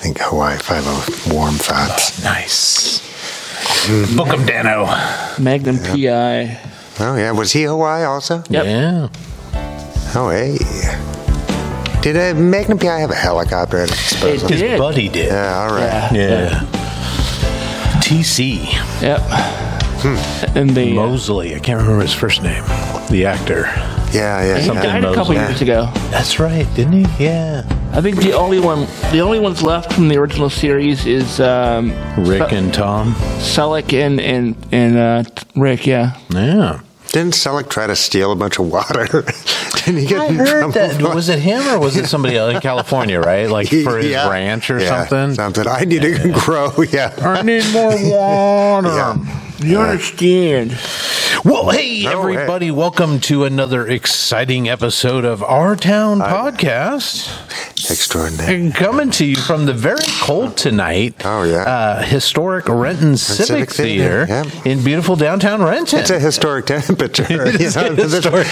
think Hawaii 50 warm thoughts. Nice. Book 'em, Dano. Magnum PI. Oh yeah, was he Hawaii also? Yep. Yeah. Oh hey. Did uh, Magnum PI have a helicopter at its It disposal? did. Buddy did. Yeah. Yeah, all right. Yeah. TC Yep. And the uh, Mosley. I can't remember his first name. The actor. Yeah, yeah. he yeah. died a couple Mosley. years ago. That's right, didn't he? Yeah. I think the only one, the only ones left from the original series is um, Rick Sel- and Tom. Selleck and and and uh, Rick. Yeah. Yeah. Didn't Selleck try to steal a bunch of water? Didn't he get I in trouble? heard that. for- Was it him or was it somebody out in California, right? Like for his Yeah. ranch or Yeah, something? Something. I need to grow. Yeah. I need more water. You understand? Well, hey, No, everybody, welcome to another exciting episode of Our Town Podcast. Extraordinary. And coming to you from the very cold tonight. Oh, yeah. Uh, historic Renton Civic, Civic Theater, Theater, in beautiful downtown Renton. It's a historic temperature. It is a historic-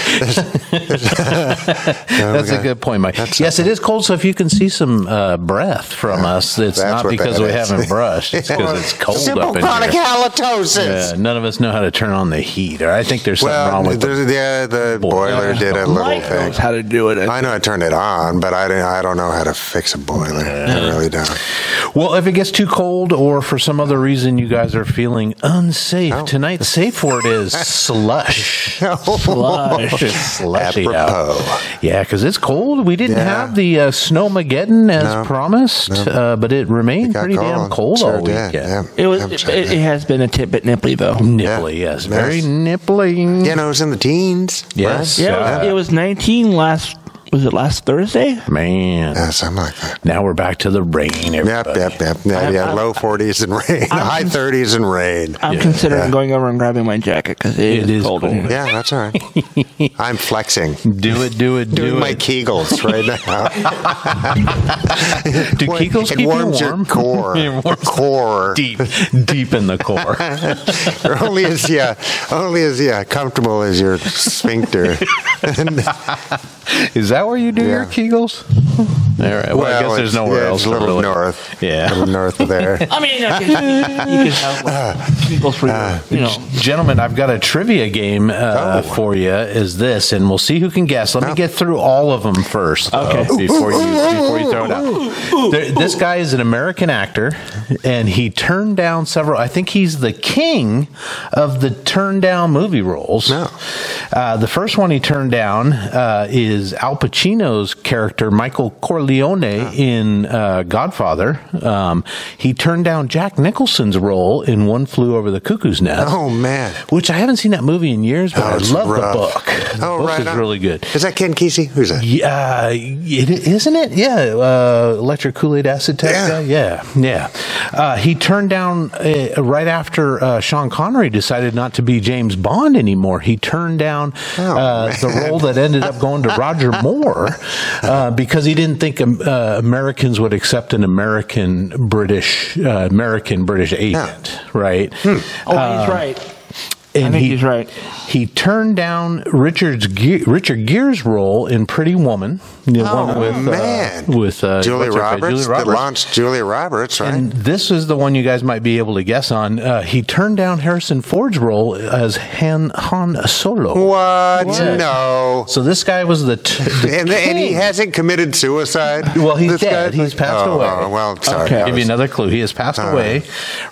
That's a Oh, okay. good point, Mike. That's yes, it is cold, so if you can see some uh, breath from us, it's That's not what because that we is. haven't brushed. It's because it's cold Simple up in chronic here. halitosis. Yeah, none of us know how to turn on the heat, or I think there's something Well, wrong with the there's, yeah, the boiler. boiler did a little Mike thing. knows how to do it. I know I turned it on, but I don't, I don't know how to fix a boiler. I really don't. Well, if it gets too cold or for some other reason you guys are feeling unsafe, Oh. tonight's safe word is slush. Slush. It's slushy Apropos. out. Yeah, because it's cold. We didn't Yeah. have the uh, snowmageddon as No. promised, uh, but it remained Got pretty damn cold Sure all did, weekend. yeah. It was. I'm It, sure it did. has been a tidbit nipply though. Mm, Nipply, yes. Very Yes. nipply. You know, it was in the teens. Yes. Right? Yeah, it was- it was 19 last. Was it last Thursday? Man. Yeah, something like that. Now we're back to the rain, Yep, everybody. yep, yep. Yeah, I'm- yeah, I'm- low 40s and rain, high 30s and rain. I'm considering Yeah. going over and grabbing my jacket because It is it is cold. in cold. here. Yeah, that's all right. I'm flexing. Do it, do it, do Doing it. my Kegels right now. Do Well, Kegels it keep you warms warm? your core. It warms core. deep, deep in the core. You're only as yeah, only as yeah, comfortable as your sphincter. Is that where you do your Yeah. Kegels? All right. Well, I guess it's- there's nowhere yeah, else. It's a to little really- north. Yeah. a little north of there. I mean, I guess you can have like, people for your, you know. Gentlemen, I've got a trivia game uh, Oh. for you. Is this, and we'll see who can guess. Let me get through all of them first, though, Okay. before you before you throw it out. There, this guy is an American actor, and he turned down several. I think he's the king of the turn down movie roles. No. Uh, the first one he turned down uh, is Al Pacino's character Michael Corleone Ah. in uh, Godfather. Um, he turned down Jack Nicholson's role in One Flew Over the Cuckoo's Nest. Oh man. Which I haven't seen that movie in years, but Oh, I it's love rough. the book. The oh, book right. is on. really good. Is that Ken Kesey? Who's that? Yeah, it, isn't it? Yeah, uh, electric Kool Aid acid test. Yeah. guy? yeah, yeah. Uh, he turned down uh, right after uh, Sean Connery decided not to be James Bond anymore. He turned down Oh, uh, the role that ended up going to Roger Moore uh, because he didn't think um, uh, Americans would accept an American British uh, American British agent, right? Um, Oh, Uh, he's right. And I think he's right. He turned down Richard's Ge- Richard Gere's role in Pretty Woman, the one with uh, Oh, man. with uh, Julia what's her face? Roberts, Julia that Roberts. launched Julia Roberts, right? And this is the one you guys might be able to guess on. Uh, he turned down Harrison Ford's role as Han, Han Solo. what? Yeah. No. So this guy was the, t- the And, and he king. hasn't committed suicide. Well, he's This dead. guy? He's passed Oh, away. oh, well, sorry. Okay. I Give was- you another clue. He has passed away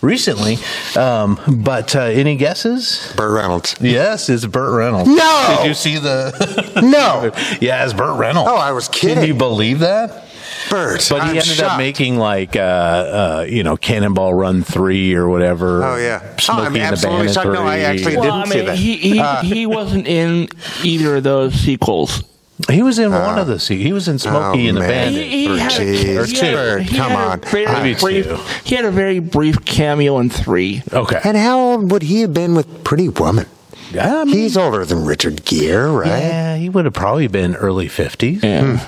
recently. Um, but uh, any guesses? Burt Reynolds. Yes, it's Burt Reynolds. No! Did you see the? No. yeah, it's Burt Reynolds. Oh, I was Can you kidding. believe that? Burt. But I'm he ended up shocked. making like uh, uh, you know Cannonball Run three or whatever. Oh, yeah. Smoking Oh, I'm the absolutely Bandit shocked. No, I three. actually He well, didn't I mean, see that. he he, Uh, he wasn't in either of those sequels. He was in one of the. se- He was in Smokey Uh, oh, and the man. Bandit. He, he Or had a- two. he Or had- two. he Come had a on. very Maybe brief- two. He had a very brief cameo in three. Okay. And how old would he have been with Pretty Woman? yeah, I mean, He's older than Richard Gere, right? Hmm. yeah, he would have probably been early fifties. Yeah.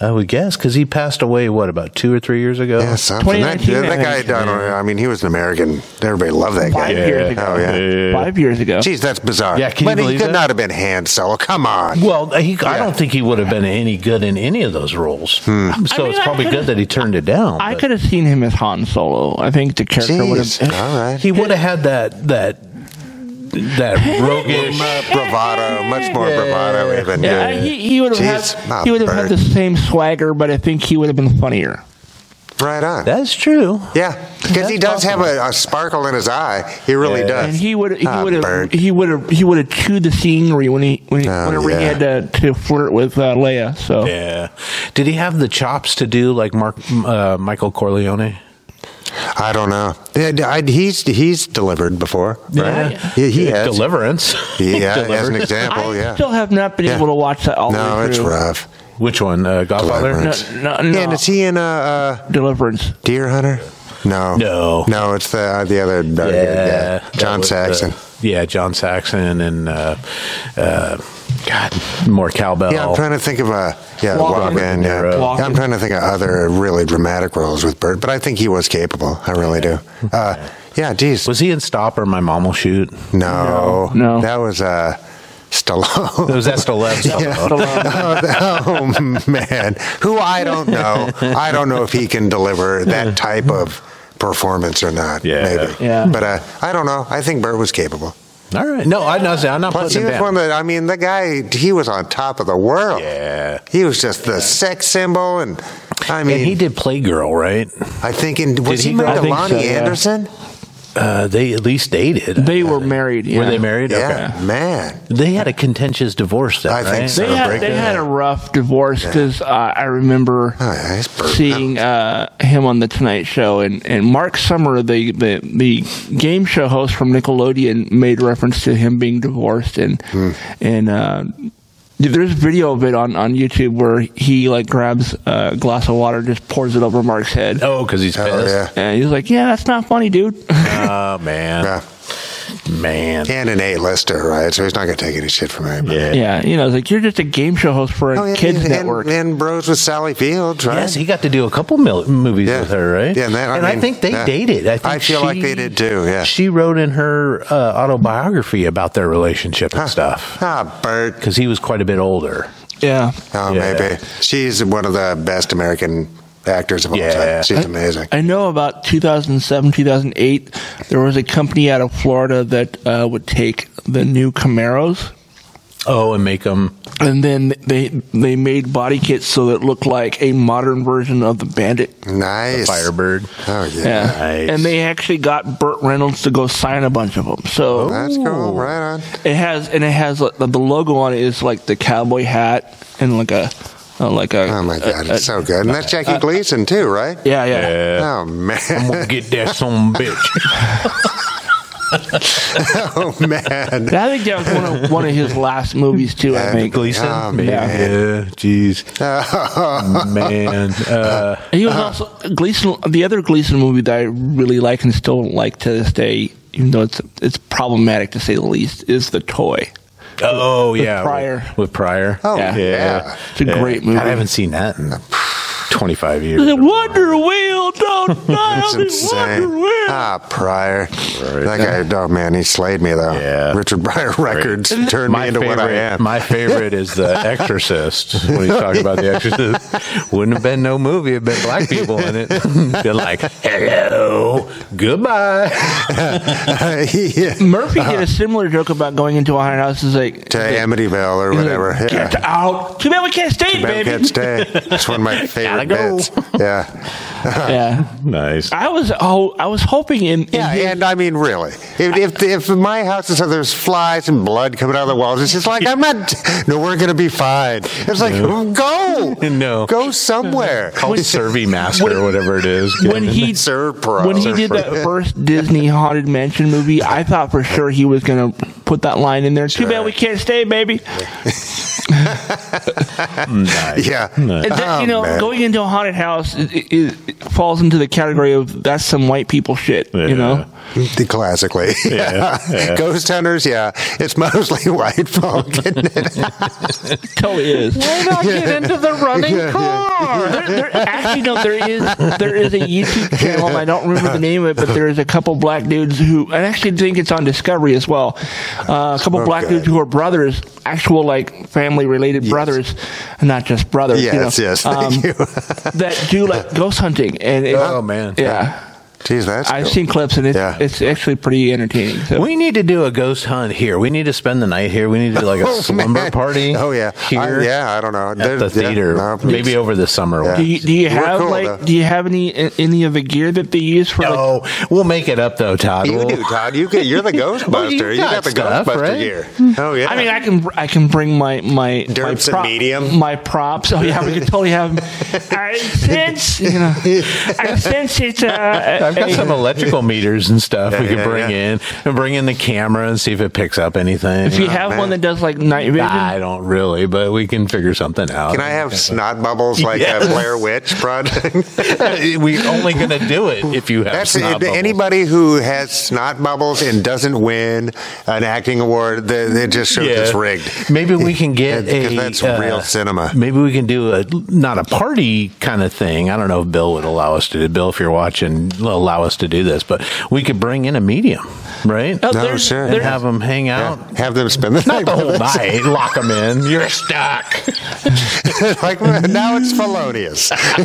I would guess because he passed away what about two or three years ago. Yeah, something. That, 2019, that I guy, think. died on- I mean, he was an American. Everybody loved that guy. Five years ago. Oh, yeah. Five years ago. Jeez, that's bizarre. Yeah, can you but he believe could that? not have been Han Solo. Come on. Well, he, I Yeah. Hmm. don't think he would have been any good in any of those roles. So I mean, it's I probably could've- good that he turned it down. I but could have seen him as Han Solo. I think the character would Jeez. have. All right. he would have had that that that roguish. Uh, bravado, much more bravado even. Yeah, Yeah. he, he would have Jeez, my had, he would have had bird. the same swagger, but I think he would have been funnier. Right on. That's true. yeah, because he does have a, a sparkle in his eye. He really Yeah. does. And he would he Ah, would have bird. he would have he would have chewed the scenery when he when he, Oh, whenever he yeah. had to, to flirt with uh, Leia. So Yeah. Did he have the chops to do like Mark uh, Michael Corleone? I don't know. Yeah, I- he's he's delivered before, right? Yeah. He, he has. Deliverance. Yeah, as an Delivered. example, I Oh, yeah. still have not been Yeah. able to watch that all the No, way it's through. rough. Which one? Uh, Godfather. Deliverance. No, no, no. Yeah, and is he in a uh, Deliverance. Deer Hunter? No, No. no. It's the uh, the other uh, yeah, that John was, uh, Saxon. yeah, John Saxon and uh, uh, God, more cowbell. yeah, I'm trying to think of a yeah, Walken. Walken. Yeah, Walken. Yeah, I'm trying to think of other really dramatic roles with Bert, but I think he was capable. I really do. Uh, yeah, geez, was he in Stop or My Mom Will Shoot? no, No. that was uh, Stallone. It was Estelle. Yeah. oh, oh, man, who I don't know. I don't know if he can deliver that type of performance or not. Yeah. maybe. Yeah. But uh, I don't know. I think Bert was capable. All right. No, I'm not, I'm not Plus, putting he him was down. one that I mean, the guy he was on top of the world. yeah. He was just the sex symbol, and I mean, and he did Playgirl, right? I think in was Did he he married grow- to I think Lonnie so, yeah. Anderson? Uh, they at least dated. They were married. Yeah. Were they married? Yeah, man. Okay. They had a contentious divorce, then, I think right? so. They Or had, break they up. had a rough divorce because uh, I remember Oh, yeah, it's Bert. seeing uh, him on the Tonight Show, and, and Mark Summer, the, the the game show host from Nickelodeon, made reference to him being divorced, and Hmm. and uh, there's video of it on, on YouTube where he like grabs a glass of water, just pours it over Mark's head, Oh, because he's pissed. Oh, yeah. and he's like, "Yeah, that's not funny, dude." Oh, man. Yeah. Man. and an A-lister, right? So he's not going to take any shit from anybody. yeah, you know, it's like you're just a game show host for a Oh, yeah, kids and, network. and bros with Sally Fields, right? Yes, he got to do a couple mil- movies Yeah. with her, right? Yeah, and that- I and I mean, think they yeah. dated. I, think I feel like she- they did too, yeah. she wrote in her uh, autobiography about their relationship and stuff Ah, Bert. because he was quite a bit older. yeah. Oh, Yeah. maybe. She's one of the best American actors of all Yeah. time. She's amazing. I know about 2007, 2008, there was a company out of Florida that uh, would take the new Camaros Oh, and make him. and then they they made body kits so that it looked like a modern version of the Bandit. Nice. Firebird. Oh, yeah. Yeah. Nice. And they actually got Burt Reynolds to go sign a bunch of them. So That's cool. Ooh. Right on. it has and it has like, the the logo on it is like the cowboy hat and like a uh, like a Oh, my God. a- It's so good. And that's Jackie Gleason, too, right? yeah, yeah. Oh, I'm man. gonna get that some bitch. Oh, man. I think that was one of, one of his last movies too. I think Gleason. Oh, Maybe. man. Yeah. Jeez. Oh, man. Uh, He was also Gleason. The other Gleason movie that I really like and still like to this day, even though it's it's problematic to say the least, is The Toy. oh yeah. with- Pryor. With, Pryor. Oh, Yeah. yeah. It's a great movie. God, I haven't seen that in 25 years. The Wonder Wheel, don't That's dial the Wonder insane. Wheel. Ah, Pryor. That guy, oh man, he slayed me though. Yeah. Richard Pryor Records turned me my into favorite, what I am. my favorite is The Exorcist. When he's talking about The Exorcist, wouldn't have been no movie if been black people in it. They're like, hello, goodbye. Yeah. Murphy did a similar joke about going into a haunted house. Is like, Uh-huh. to he's Amityville or like, whatever. Yeah. Get out! Too bad we can't stay, Man baby. can't stay. It's one of my favorite go. bits. Yeah. yeah, Nice. I was oh, I was hoping in, in Yeah, his- and I mean, really, if if, if my house is there's flies and blood coming out of the walls, it's just like I'm not. No, we're gonna be fine. It's like go, No. go somewhere. Call it Survey Master or whatever it is. when he Sir Pro. when he did that first Disney haunted mansion movie, I thought for sure he was gonna put that line in there. Too bad we can't stay, baby. nice. Yeah. And that, Oh, you know, man. going into a haunted house i i it falls into the category of that's some white people shit. Yeah. You know, The- Classically. Yeah, yeah. Ghost hunters, yeah. It's mostly white folk, isn't it? totally is. Why not get into the running car? There, there, actually, no. There is there is a YouTube channel. And I don't remember the name of it, but there is a couple black dudes who I actually think it's on Discovery as well. Uh, a couple black Okay. dudes who are brothers, actual like family related brothers, not just brothers. you know, um, Yes, yes, thank you. that do like ghost hunting and it, Oh, man. yeah. Jeez, that's I've cool. seen clips and it's, Yeah. it's actually pretty entertaining. So. We need to do a ghost hunt here. We need to spend the night here. We need to do like a Oh, slumber man. party. Oh, yeah. I- here yeah, I don't know. at There- the yeah, theater. no. Maybe over the summer. Yeah. do you, do you We're have cool, like though. do you have any any of the gear that they use for like, No, we'll make it up though, Todd. You We'll- do, Todd. You get, you're the Ghostbuster. Well, you, you got, got the stuff, Ghostbuster right? gear. Oh yeah. I mean, I can I can bring my my my, Derps and medium? my props. Oh yeah, we could totally have. I sense you know. I sense it's uh, I've got some electrical meters and stuff we Yeah, could yeah, bring yeah. in and bring in the camera and see if it picks up anything. If you have man. one that does like night vision, I don't really, but we can figure something out. can I have snot bubbles like Yes. a Blair Witch product? We're only going to do it if you have That's snot it, bubbles. anybody who has snot bubbles and doesn't win an acting award. They, they just shows it's rigged. Maybe we can get Yeah, 'cause a uh, that's real cinema. Maybe we can do a not a party kind of thing. I don't know if Bill would allow us to. do Bill, if you're watching, allow us to do this, but we could bring in a medium, right? Oh, No, there's, sure. and there's- have them hang out. Yeah, have them spend the night. Not the whole with us. night. Lock them in. You're stuck. like now it's felonious.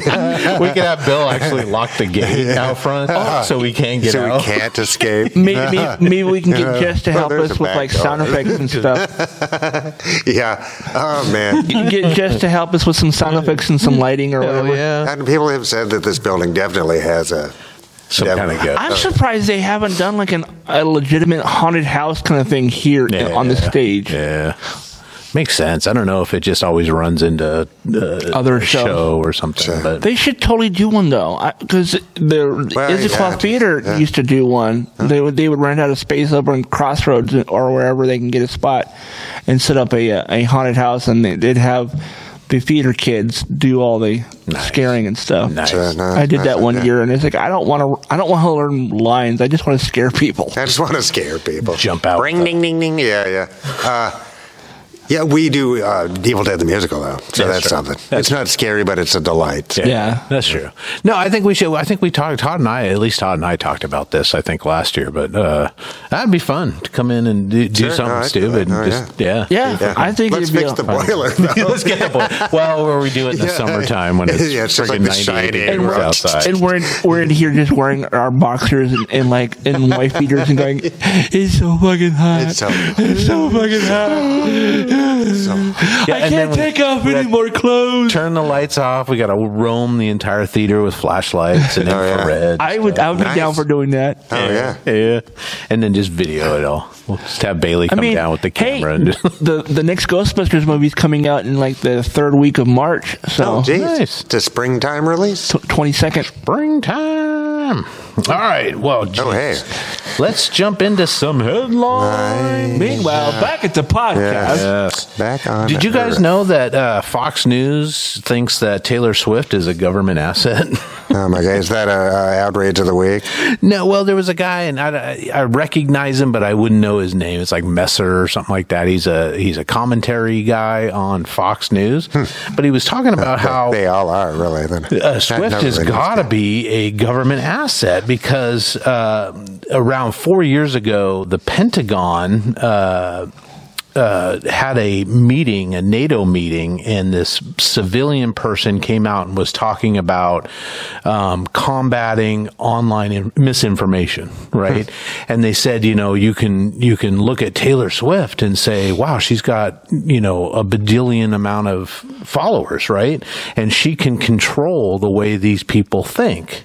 we could have Bill actually lock the gate out front Oh, so we can't get Uh-huh. so out. we can't escape. Maybe, maybe, maybe we can get Yeah. Jess to Well, help there's us a with like back sound door. effects and stuff. yeah. Oh man. Get Jess to help us with some sound effects and some lighting or Oh whatever. yeah, And people have said that this building definitely has a some kind of good. I'm surprised they haven't done like an, a legitimate haunted house kind of thing here Yeah, on the stage. Yeah, makes sense. I don't know if it just always runs into uh, Other a shows. show or something, but They should totally do one though, because the Well, Issaquah yeah. Theater Yeah. used to do one. They would they would rent out a space over in Crossroads or wherever they can get a spot, and set up a uh, a haunted house, and they- they'd have the theater kids do all the scaring and stuff. nice. Sure, no, I did that's that one okay. year, and it's like I don't want to. I don't want to learn lines. I just want to scare people. I just want to scare people. Jump out. Ring, ding, ding, ding. Yeah, yeah. Uh, yeah, we do uh, Evil Dead the musical though, so Yeah, that's sure. something. it's not scary, but it's a delight. Yeah. that's true. No, I think we should. I think we talked. Todd and I, at least Todd and I, talked about this. I think last year, but uh, that'd be fun to come in and do, do Sure, something no, I'd do stupid. that. Oh, and just, yeah, Yeah, Yeah. I think let's it'd be fix a- the boiler. Though. Let's get the boy. Well, where we do it in the summertime when it's Yeah, it's just like freaking the shiny 98 and degrees we're- outside. and we're in, we're in here just wearing our boxers and, and like and wife beaters and going, it's so fucking hot. It's It's so- so, fucking hot. So- Yeah, I and then can't we- take off we any got- more clothes. Turn the lights off. We got to roam the entire theater with flashlights and Oh, yeah. infrared. I would I would Nice. be down for doing that. oh yeah. yeah, and then just video it all. We'll just have Bailey I come mean, down with the hey, camera. and just, the the next Ghostbusters movie is coming out in like the third week of March, Oh, so geez. nice. It's a springtime release. twenty second. Springtime. All right. Well, Oh, hey. geez. let's jump into some headlines. Meanwhile, back at the podcast. Yes. Back on. Did you guys Earth. know that uh, Fox News thinks that Taylor Swift is a government asset? Oh my God! Is that a, a outrage of the week? no, well, there was a guy, and I, I recognize him, but I wouldn't know his name. It's like Messer or something like that. He's a he's a commentary guy on Fox News, Hmm. but he was talking about how they all are really. Then Oh. uh, Swift Not has really. got to be a government asset because uh, around four years ago, the Pentagon uh, uh, had a meeting, a NATO meeting, and this civilian person came out and was talking about um, combating online in- misinformation, right? Hmm. and they said, you know, you can you can look at Taylor Swift and say, wow, she's got you know a bajillion amount of followers, right? And she can control the way these people think.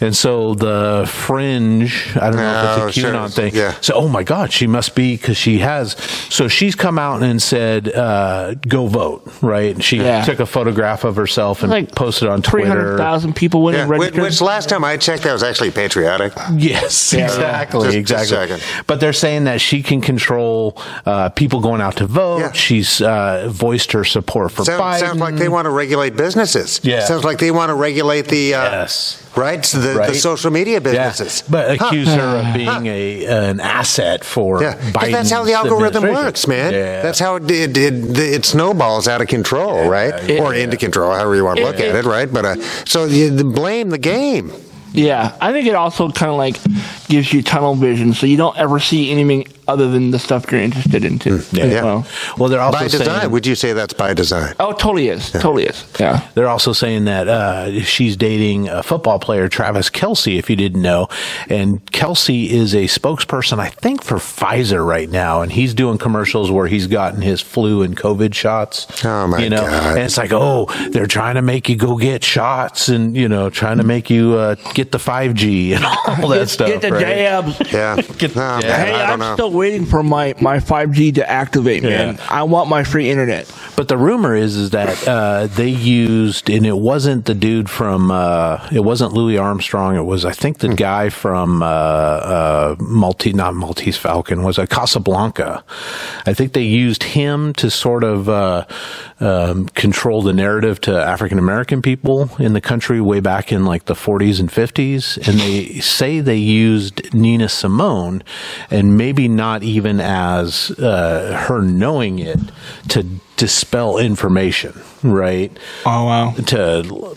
And so the fringe, I don't know if Oh, it's a sure. QAnon thing. Yeah. So, oh my God, she must be because she has. So she's she's come out and said, uh, "Go vote," right? And she Yeah. took a photograph of herself and Like posted on Twitter. 300,000 people went Yeah, and whi- registered. which last time I checked, that was actually patriotic. Yes, exactly, Just- just exactly. checking. but they're saying that she can control uh, people going out to vote. Yeah. She's uh, voiced her support for Sound, Biden. sounds like they want to regulate businesses. Yeah. Sounds like they want to regulate the uh, Yes. rights, the, Right. the social media Yeah, businesses. but Huh. accuse her of being a an asset for Yeah, 'cause Biden. that's how the algorithm works, man. Yeah. That's how it, it, it, it snowballs out of control, right? yeah. or into control, however you want to look at it, right? But uh, so you blame the game. Yeah, I think it also kind of like gives you tunnel vision, so you don't ever see anything other than the stuff you're interested into. Yeah. as Hmm. Yeah. well. well, they're also By design, saying would you say that's by design? Oh, totally is, totally is. Yeah, They're also saying that uh, she's dating a football player, Travis Kelsey, if you didn't know. And Kelsey is a spokesperson, I think, for Pfizer right now. And he's doing commercials where he's gotten his flu and COVID shots. Oh, my you know? God. And it's like, oh, they're trying to make you go get shots and, you know, trying to make you uh, get the 5G and all that Get- stuff. get the right? jabs. Yeah. Get- Oh, man, yeah. Hey, I I'm don't know. still waiting for my, my 5G to activate, man. Yeah. I want my free internet. But the rumor is is that uh, they used, and it wasn't the dude from, uh, it wasn't Louis Armstrong. It was, I think, the guy from uh, uh, Maltese, not Maltese Falcon, was a Casablanca. I think they used him to sort of uh, um, control the narrative to African American people in the country way back in like the 40s and 50s. And they say they used Nina Simone, and maybe not even as uh, her knowing it to dispel information, right? Oh, wow. To l-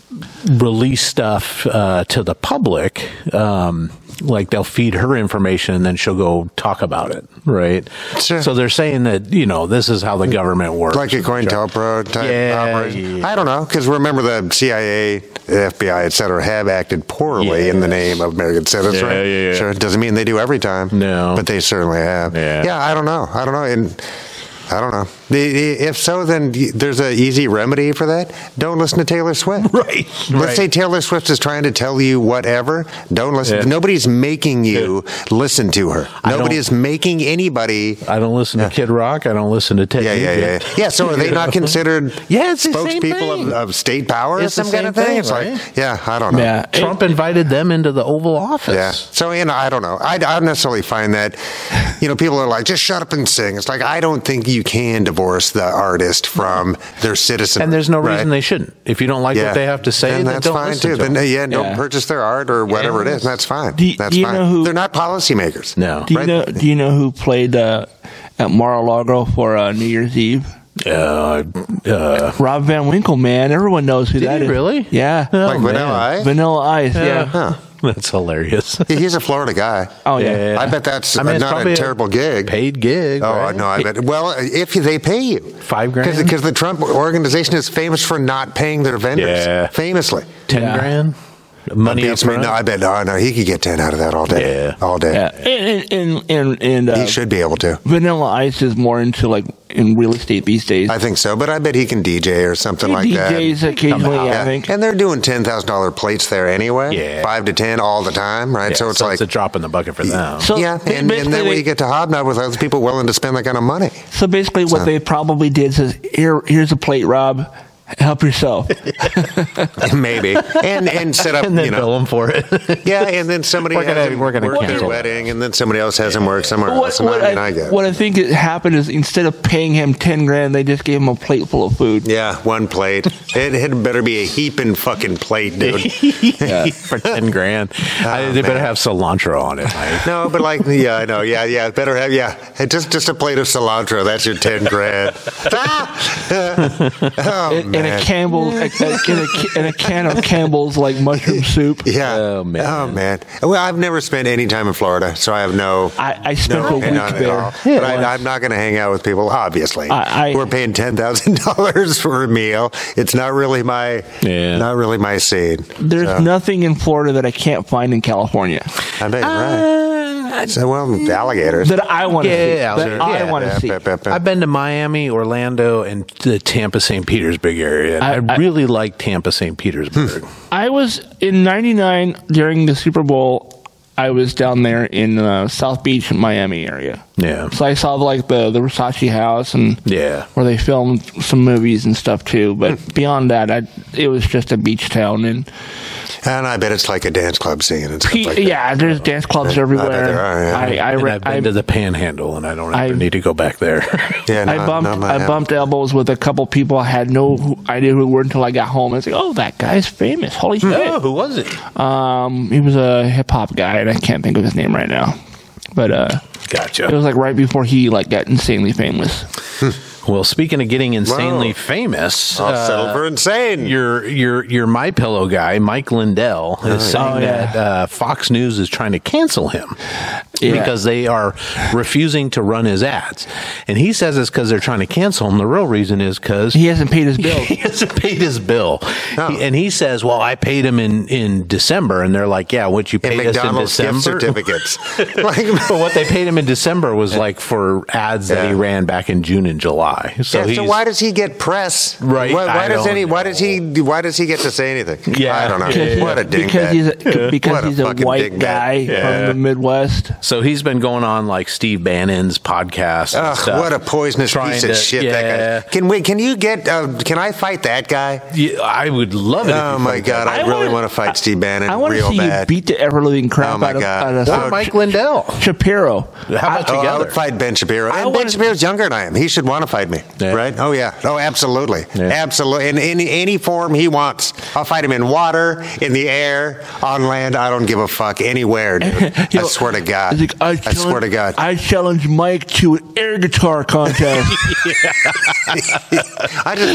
release stuff uh, to the public. Um, like they'll feed her information and then she'll go talk about it, right? Sure. So they're saying that, you know, this is how the government works. Like a COINTELPRO type Yeah, operation. yeah. I don't know, because remember the CIA, FBI, et cetera, have acted poorly in the name of American citizens, Yeah, right? yeah, yeah. Sure, it doesn't mean they do every time. No. But they certainly have. Yeah. I don't know. I don't know. And I don't know. The- the- If so, then y- there's an easy remedy for that. Don't listen to Taylor Swift. Right. Let's right. say Taylor Swift is trying to tell you whatever. Don't listen. Yeah. Nobody's making you listen to her. I don't- Nobody is making anybody. I don't listen to Kid Rock. I don't listen to Ted. Yeah, yeah, yeah. Nugent. Yeah, so are they not considered Yeah, it's the same spokespeople thing. of, of state power It's or the some kind same of thing? thing, it's right? like, yeah, I don't know. Yeah. Uh, Trump invited them into the Oval Office. Yeah. So, you know, I don't know. I, I don't necessarily find that, you know, people are like, just shut up and sing. It's like, I don't think you can divorce the artist from their citizen. And there's no reason they shouldn't. If you don't like what they have to say, then then, that's don't fine listen too. to Then, them. yeah, don't Yeah. purchase their art or whatever it is. And that's fine. Do- that's do you fine. know who- They're not policymakers. No. Do you, Right? know, do you know who played uh, at Mar-a-Lago for uh, New Year's Eve? Uh, uh, Rob Van Winkle, man. Everyone knows who Did that he is. really? Yeah. Oh, Like Vanilla Ice? Vanilla Ice, yeah. That's hilarious. He's a Florida guy. Oh, yeah. Yeah. I bet that's I mean, it's not probably a a terrible gig. Paid gig. Oh right? no! I bet. Well, if they pay you Five grand? because the Trump organization is famous for not paying their vendors. Yeah. famously. ten Yeah. grand. Money up Beats me. front. No, I bet. No, no, he could get ten out of that all day. Yeah. all day. Yeah. And, and, and, and uh, He should be able to. Vanilla Ice is more into like in real estate these days. I think so, but I bet he can DJ or something like that. DJs occasionally, yeah, I think. And they're doing ten thousand dollar plates there anyway. Yeah. five to ten all the time, right? Yeah, so it's like. a drop in the bucket for them. So yeah, ba- and, and basically then they- when you get to hobnob with other people willing to spend that kind of money. So basically, what they probably did is, here, here's a plate, Rob. Help yourself. Maybe. And and set up and then you know bill them for it. Yeah, and then somebody We're has gonna- him we're gonna work their cancel that. wedding, and then somebody else has him work somewhere what, else. And what I mean, I, I get it. what I think it happened is instead of paying him ten grand, they just gave him a plate full of food. yeah, one plate. it had better be a heaping fucking plate, dude. for ten grand, I, they Oh, better man. have cilantro on it. Mike. No, but like, yeah, I know, yeah, yeah. Better have, yeah, Hey, just just a plate of cilantro. That's your ten grand. Ah! oh And, and man, a Campbell, a, a, and, a, ca- and a can of Campbell's like mushroom soup. yeah. Oh, man. Oh, man. Well, I've never spent any time in Florida, so I have no. I, I spent no a week opinion on it at there. all. but I, I'm not going to hang out with people. Obviously, I- I- we're paying ten thousand dollars for a meal. It's not really my, Yeah. not really my scene. There's So, nothing in Florida that I can't find in California I bet you're right. Uh, So well, alligators. Uh, mm, that I want to see. Yeah, that sure. I Yeah. want to Yep, see. yep, yep, yep. I've been to Miami, Orlando, and the Tampa St. Petersburg area. and I, I- I- really like Tampa St. Hmm. Petersburg. I was in '99 during the Super Bowl. I was down there in uh, South Beach, Miami area, Yeah. So I saw like the the Versace house and Yeah. where they filmed some movies and stuff too. Hmm. But beyond that, I, it was just a beach town and And I bet it's like a dance club scene and stuff pe- like that. yeah, there's dance clubs I bet everywhere. there are, yeah. I I, And re- I've been I- to the Panhandle, and I don't ever I- need to go back there. Yeah, I not- bumped not my I habit. bumped elbows with a couple people I had no who- idea who were until I got home. I was like, oh, that guy's famous. Holy Hmm. Hmm. shit! who was it? Um, he was a hip hop guy, and I can't think of his name right now. But uh, Gotcha. it was like right before he like got insanely famous. Well, speaking of getting insanely Wow. famous, I'll uh, settle for insane. your your your my pillow guy, Mike Lindell, is saying Oh, yeah. that uh, Fox News is trying to cancel him Yeah. because they are refusing to run his ads, and he says it's because they're trying to cancel him. The real reason is because He hasn't paid his bill. he hasn't paid his bill, He- and he says, "Well, I paid him in in December," and they're like, "Yeah, what you and paid us in McDonald's gift December?" certificates. like, but what they paid him in December was like for ads that he Yeah. ran back in June and July. So, yeah, so he's- why does he get press? Right, Why, I why does don't any? Why does he? Why does he get to say anything? Yeah. I don't know. Yeah, yeah, What a dingbat. because he's a, What because a he's a fucking white dingbat. guy from Yeah. the Midwest. So he's been going on like Steve Bannon's podcast. and Ugh, stuff, what a poisonous trying piece of to- shit yeah. that guy. Can we? Can you get? Uh, can I fight that guy? Yeah, I would love it. if Oh you my fucking- god, I, really want to fight Steve Bannon I want to real see bad. you beat the ever living crap Oh, my out of, God. out of Or Or So- Mike Lindell. Shapiro. How about Oh, I together? would fight Ben Shapiro. I And Ben wanna- Shapiro's younger than I am. He should want to fight me, Yeah. right? Oh yeah. Oh, absolutely, Yeah. absolutely. In any any form he wants, I'll fight him in water, in the air, on land. I don't give a fuck anywhere, dude. You I know, swear to God. it's like, oh, I, challenge- swear to God. I, I challenge Mike to an air guitar contest. just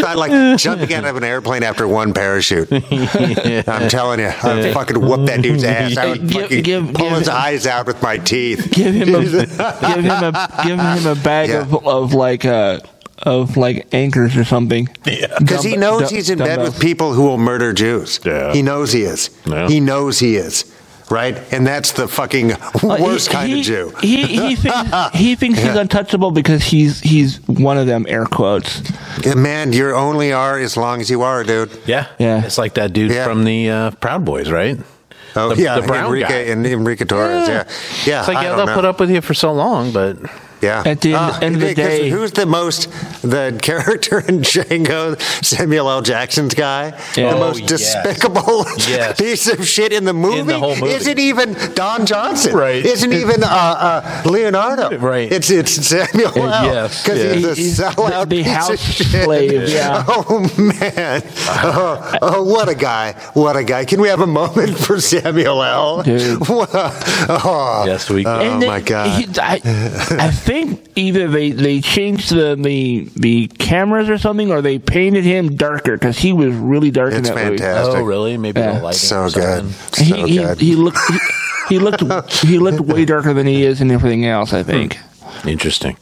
thought like jumping out of an airplane after one parachute. I'm telling you, I'd fucking whoop that dude's ass. I would Give- fucking give- pull give- his eyes out with my teeth. give him a give him a give him a bag Yeah. of, of like uh of like anchors or something. Yeah. Because he knows he's in bed with people who will murder Jews. Yeah. He knows he is. Yeah. He knows he is. Right? And that's the fucking worst kind he, of Jew. He he thinks, he thinks he's Yeah. untouchable because he's he's one of them air quotes. Yeah, Man, you only are as long as you are, dude. yeah, Yeah. It's like that dude Yeah. from the uh, Proud Boys, right? Oh, the, yeah. the brown Enrique, guy. And Enrique Torres. Yeah. Yeah. It's like I yeah, don't they'll know. put up with you for so long, but oh, Yeah. At the end- Ah, end of the because day- who's the most the character in Django Samuel L. Jackson's guy? Yeah. The Oh, most yes. despicable Yes. piece of shit in the movie. whole movie. Isn't even Don Johnson? Right. Isn't even uh, uh, Leonardo? Right. It's it's Samuel Uh, L. yes, because yeah. he's a He's the- sellout the piece of house shit. slave, yeah. Oh man. Oh, oh, what a guy! What a guy! Can we have a moment for Samuel L? Dude. oh, Yes, we Oh can. And they- my god. he- I, I think either they, they changed the, the the cameras or something, or they painted him darker because he was really dark in It's that fantastic. oh really? Maybe Yeah. the lighting. So or good. something. So movie. He, good. he, he looked he, he looked he looked way darker than he is in everything else. I think. Interesting.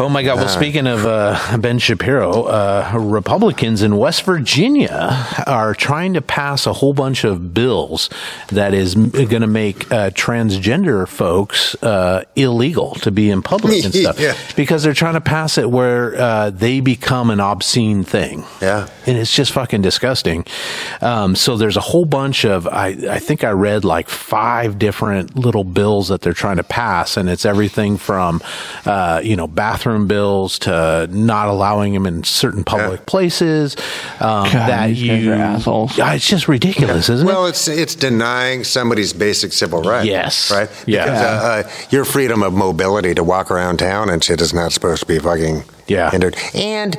Oh my God! Well, speaking of uh, Ben Shapiro, uh, Republicans in West Virginia are trying to pass a whole bunch of bills that is going to make uh, transgender folks uh, illegal to be in public and stuff Yeah. because they're trying to pass it where uh, they become an obscene thing. Yeah. and it's just fucking disgusting. Um, so there's a whole bunch of I, I think I read like five different little bills that they're trying to pass, and it's everything from uh, you know bathroom bills to not allowing them in certain public places. Um, God, that these guys you are assholes. Yeah, it's just ridiculous, isn't Well, it? it's it's denying somebody's basic civil right. Yes. Right. Yeah. Because, uh, uh, your freedom of mobility to walk around town and shit is not supposed to be fucking Yeah. hindered. And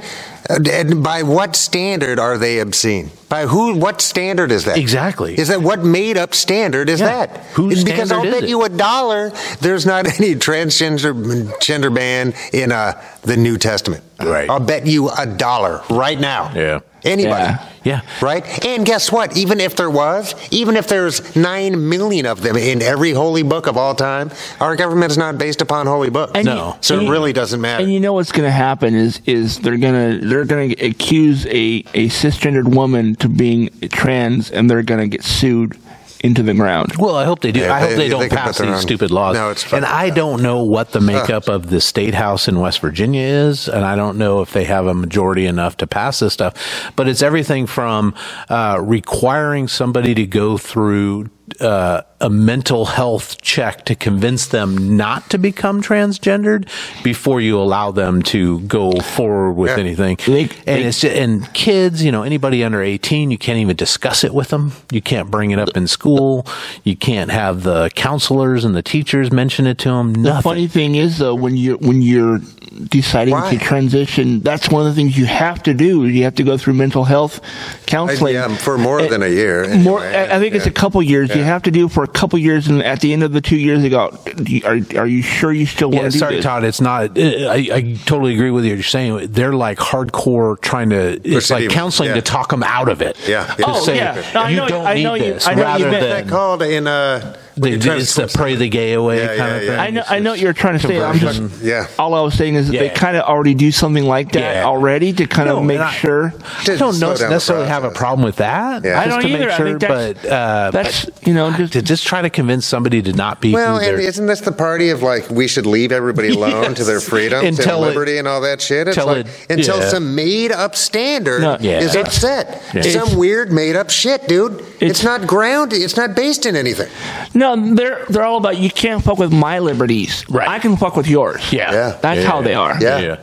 uh, and by what standard are they obscene? By who? What standard is that? Exactly. Is that what made up standard is Yeah. that? Whose because I'll standard is bet it? you a dollar there's not any transgender gender ban in uh, the New Testament. Right. I'll bet you a dollar right now. Yeah. Anybody. Yeah. Yeah. Right? And guess what? Even if there was, even if there's 9 million of them in every holy book of all time, our government is not based upon holy books. And No. you- so and it you- really doesn't matter. And you know what's going to happen is is they're gonna they're gonna accuse a a cisgendered woman to being trans, and they're gonna get sued into the ground. Well, I hope they do. Yeah, I hope they- they, they don't can put pass their these own- stupid laws. No, it's fucking and I bad. don't know what the makeup of the state house in West Virginia is, and I don't know if they have a majority enough to pass this stuff. But it's everything from uh, requiring somebody to go through uh, a mental health check to convince them not to become transgendered before you allow them to go forward with Yeah. anything. They- and they- it's ju- and kids, you know, anybody under eighteen, you can't even discuss it with them. You can't bring it up in school. You can't have the counselors and the teachers mention it to them. The Nothing. funny thing is, though, when you when you're deciding Why? to transition, that's one of the things you have to do. You have to go through mental health counseling yeah, for more than a year, eh, More, anyway. I I think it's Yeah. a couple years. You Yeah. have to do it for a couple years, and at the end of the two years, they go, "Do you- "Are are you sure you still want Yeah, to do sorry, this?" Todd. It's not. uh, I, I totally agree with you. You're saying they're like hardcore trying to. It's it like even- counseling yeah. to talk them out of it. Yeah, yeah. To Oh, say, yeah. No, I you know- don't I need know you- this. I know you rather meant- that than called in uh, when they, you're trying to it's the twist it? pray the gay away Yeah, kind yeah, of yeah. thing. I know, I know what you're trying to say. I'm just, Conversion. Yeah. All I was saying is that they Yeah. kind of already do something like that Yeah. already to kind No, of make and I- sure. I Slow don't know, down the necessarily have a process. problem with that. Yeah. I just don't to make either. I Sure, think that's- but uh, That's you know just to just try to convince somebody to not be Well, who and they're- isn't this the party of like we should leave everybody alone to their Yes. freedoms and, Until it- liberty and all that shit? It's until like it- until yeah. some made up standard No, yeah. is It's- upset. yeah. Some It's- weird made up shit, dude. It's, It's- not grounded. It's not based in anything. no. They're they're all about you can't fuck with my liberties. Right. I can fuck with yours. Yeah. Yeah. That's how they are. Yeah. Yeah.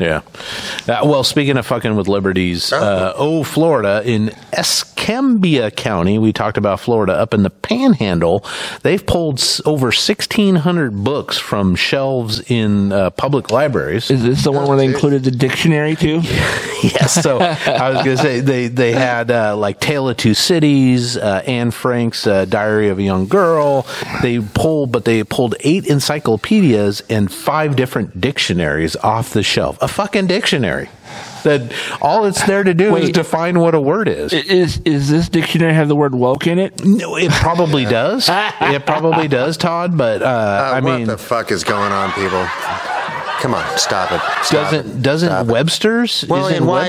Yeah. Uh, well, speaking of fucking with liberties, uh, oh, Florida, in Escambia County, we talked about Florida up in the panhandle. They've pulled s- over 1,600 books from shelves in uh, public libraries. Is this the one where they included the dictionary too? yes. So I was going to say they they had uh, like Tale of Two Cities, uh, Anne Frank's uh, Diary of a Young Girl. They pulled, but they pulled eight encyclopedias and five different dictionaries off the shelf. A fucking dictionary that all it's there to do is Wait. define what a word is. I- Is is this dictionary have the word woke in it? no, it probably does. It probably does, Todd. But uh, Uh, I what mean, the fuck is going on, people? Come on, stop it. Stop it. doesn't doesn't Stop it. Webster's? Well, isn't and why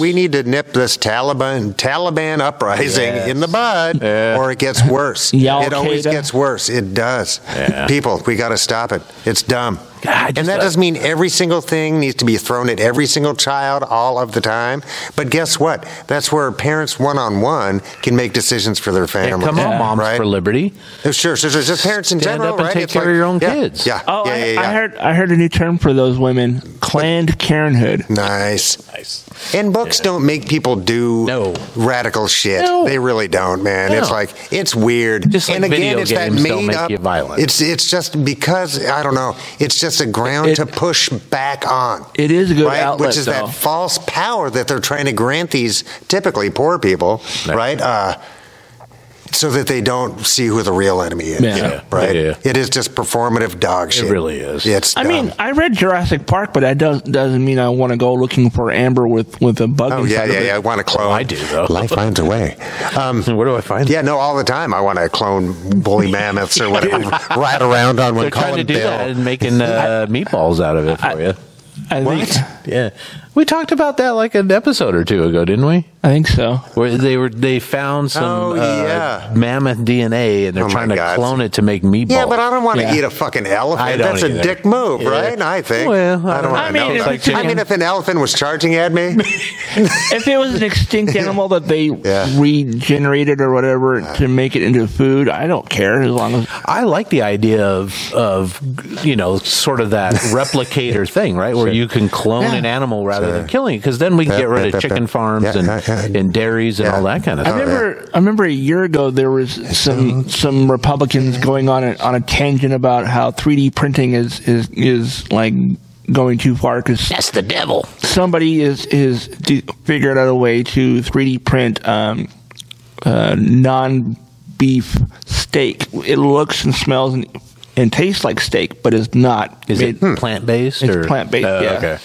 we, we need to nip this Taliban Taliban uprising Yes. in the bud, Yeah. or it gets worse. Yeah, it always Al-Qaeda. gets worse. It does. Yeah. People, we got to stop it. It's dumb. God, I just- and that doesn't mean every single thing needs to be thrown at every single child all of the time. But guess what? That's where parents one on one can make decisions for their Yeah, family. come on, moms right? for liberty. Sure, sure, sure. Just parents in Stand general, up and right? take It's care of your own yeah, kids. Yeah. Oh, yeah, I, yeah, yeah. I heard I heard a new term for those women: Planned Karenhood. Nice. Nice. And books don't make people do No. radical shit. No. They really don't, man. It's No. like it's weird. Just like and again, video it's games that don't made make up. you violent. It's it's just because I don't know. It's just a ground It- to push back on. It is a good Right, outlet, which is though. that false power that they're trying to grant these typically poor people, Yeah. right? Uh, so that they don't see who the real enemy is, Yeah. you know, right? Yeah. It is just performative dog shit. really is. It's I dumb. mean, I read Jurassic Park, but that does, doesn't mean I want to go looking for Amber with, with a bug. oh yeah, inside of yeah, it. yeah. I want to clone. I do, though. Life finds a way. Um, Where do I find Yeah, no, all the time. I want to clone bully mammoths or whatever, ride around on one. They're Call trying to him do Bill. that and making uh, meatballs out of it for you. I think, Yeah, we talked about that like an episode or two ago, didn't we? I think so. Where they were they found some Oh, yeah. uh, mammoth DNA and they're Oh, my trying to God. clone it to make meatballs. Yeah, but I don't want to Yeah. eat a fucking elephant. I don't That's either. a dick move, Yeah. right? I think. Well, I I don't don't want know. to I mean, know it's that. like chicken. I mean, if an elephant was charging at me, If it was an extinct animal that they Yeah. regenerated or whatever to make it into food, I don't care as long as I like the idea of of you know sort of that replicator thing, right? Where you can clone Yeah. an animal rather than killing it, because then we can Yep, get rid yep, of yep, chicken yep. farms Yeah, and yeah, yeah. and dairies and Yeah. all that kind of I I stuff. remember, I remember a year ago there was some some Republicans going on a, on a tangent about how 3D printing is is is like going too far because that's the devil. Somebody is is d- figured out a way to 3D print um, uh, non beef steak. It looks and smells and and tastes like steak, but Hmm. it's not. Is it made- plant based? It's plant-based, yeah. Okay.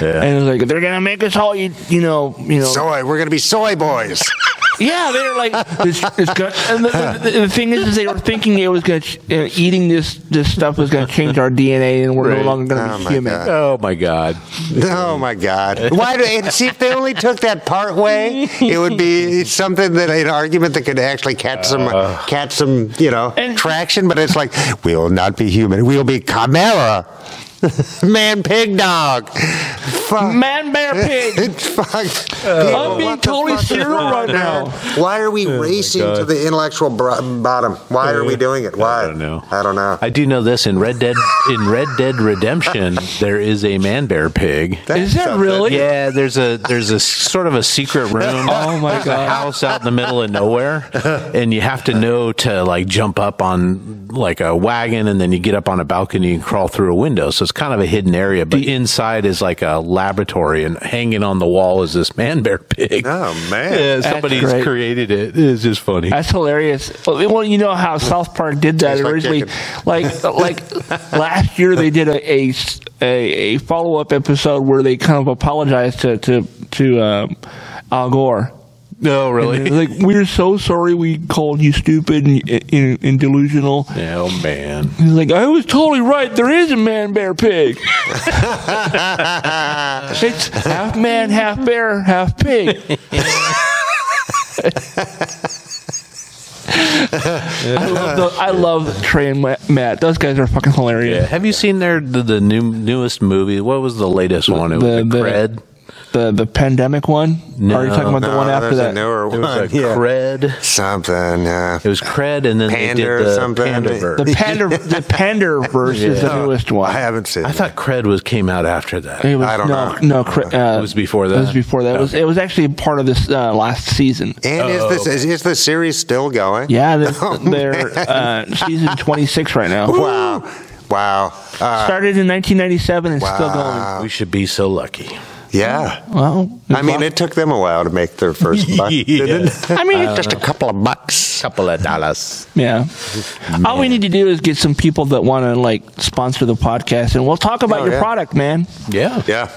Yeah. And it's like they're gonna make us all you you know you know soy. We're gonna be soy boys. Yeah, they were like, it's, it's gonna, and the, the, the thing is, is they were thinking it was going to, uh, eating this this stuff was going to change our DNA, and we're Right. no longer going to Oh, be my human. God. oh my god. Oh my God! Why do and see if they only took that part way? It would be something that an argument that could actually catch some catch some you know And- traction. But it's like we will not be human. We will be chimera, man, pig, dog, fuck. Man, bear, pig. It's fucked. I'm being what the totally fuck is serial going right on? now. Why are we racing to the intellectual bro- bottom? Why are we doing it? Why? I don't know. I don't know. I do know this in Red Dead in Red Dead Redemption there is a man bear pig. Is that something. really? Yeah, there's a there's a sort of a secret room. Oh, my There's God. A house out in the middle of nowhere, and you have to know to like jump up on like a wagon, and then you get up on a balcony and crawl through a window. So it's kind of a hidden area, but inside is like a laboratory, and hanging on the wall is this man bear pig. Oh, man. Yeah, That's somebody's great. created it. It's just funny. That's hilarious. Well, well, you know how South Park did that Tastes like originally. Like, uh, like last year they did a a, follow up episode where they kind of apologized to to to um, Al Gore. no, And really. they're Like we're so sorry we called you stupid and, and, and delusional. Oh man. He's like I was totally right. There is a man bear pig. it's half man, half bear, half pig. I love, the, I love Trey and Ma- Matt. Those guys are fucking hilarious. Have you seen their the, the new newest movie? What was the latest one? It was the- the, the- cred. The the pandemic one. No. are you talking about the No, one after there's that? A newer It one. was a Yeah. cred. Something. Yeah. It was cred, and then Pander they or did the something. Pandaverse. the pander the pander verse is the newest one. I haven't seen I it. thought cred was came out after that. It was, I don't no, know. No, cra- uh, It was before It was that? before that. It, was, it was actually part of this uh, last season. And is this is, is the series still going? Yeah, they're, they're uh, season 26 right now. Oh, Wow. Wow. Uh, Started in 1997 and still going. we should be so lucky. yeah. Well, I mean, it took them a while to make their first buck, didn't it? Uh, I mean, it's Just a couple of bucks. Couple of dollars. yeah. All we need to do is get some people that want to like sponsor the podcast, and we'll talk about Oh, your yeah. product, man. Yeah. Yeah.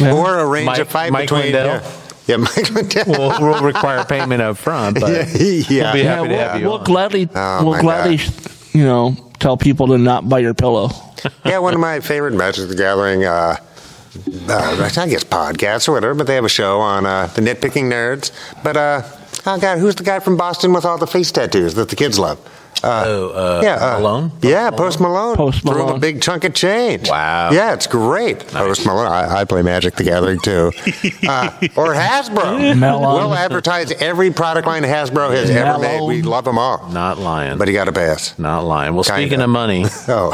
Yeah. Or arrange a Mike- fight Mike between. Lindell? Yeah. yeah, Mike Lindell. We'll, we'll require payment up front, but yeah. be happy we'll, to have you we'll on. gladly, Oh, we'll my gladly, God. you know, tell people to not buy your pillow. yeah, one of my favorite Magic the Gathering, uh, uh, I guess podcasts or whatever, but they have a show on uh, the Nitpicking Nerds. But, uh, oh God, who's the guy from Boston with all the face tattoos that the kids love? Uh, Oh, uh, Malone? Yeah, Post Malone. Post Threw him Malone. a big chunk of change. Wow. Yeah, it's great. Post Malone. I, I play Magic the Gathering too. Uh, or Hasbro. Malone. We'll advertise every product line Hasbro has ever made. Malone. We love them all. not lying. But you got to pass. not lying. Well, Kinda. speaking of money, Oh.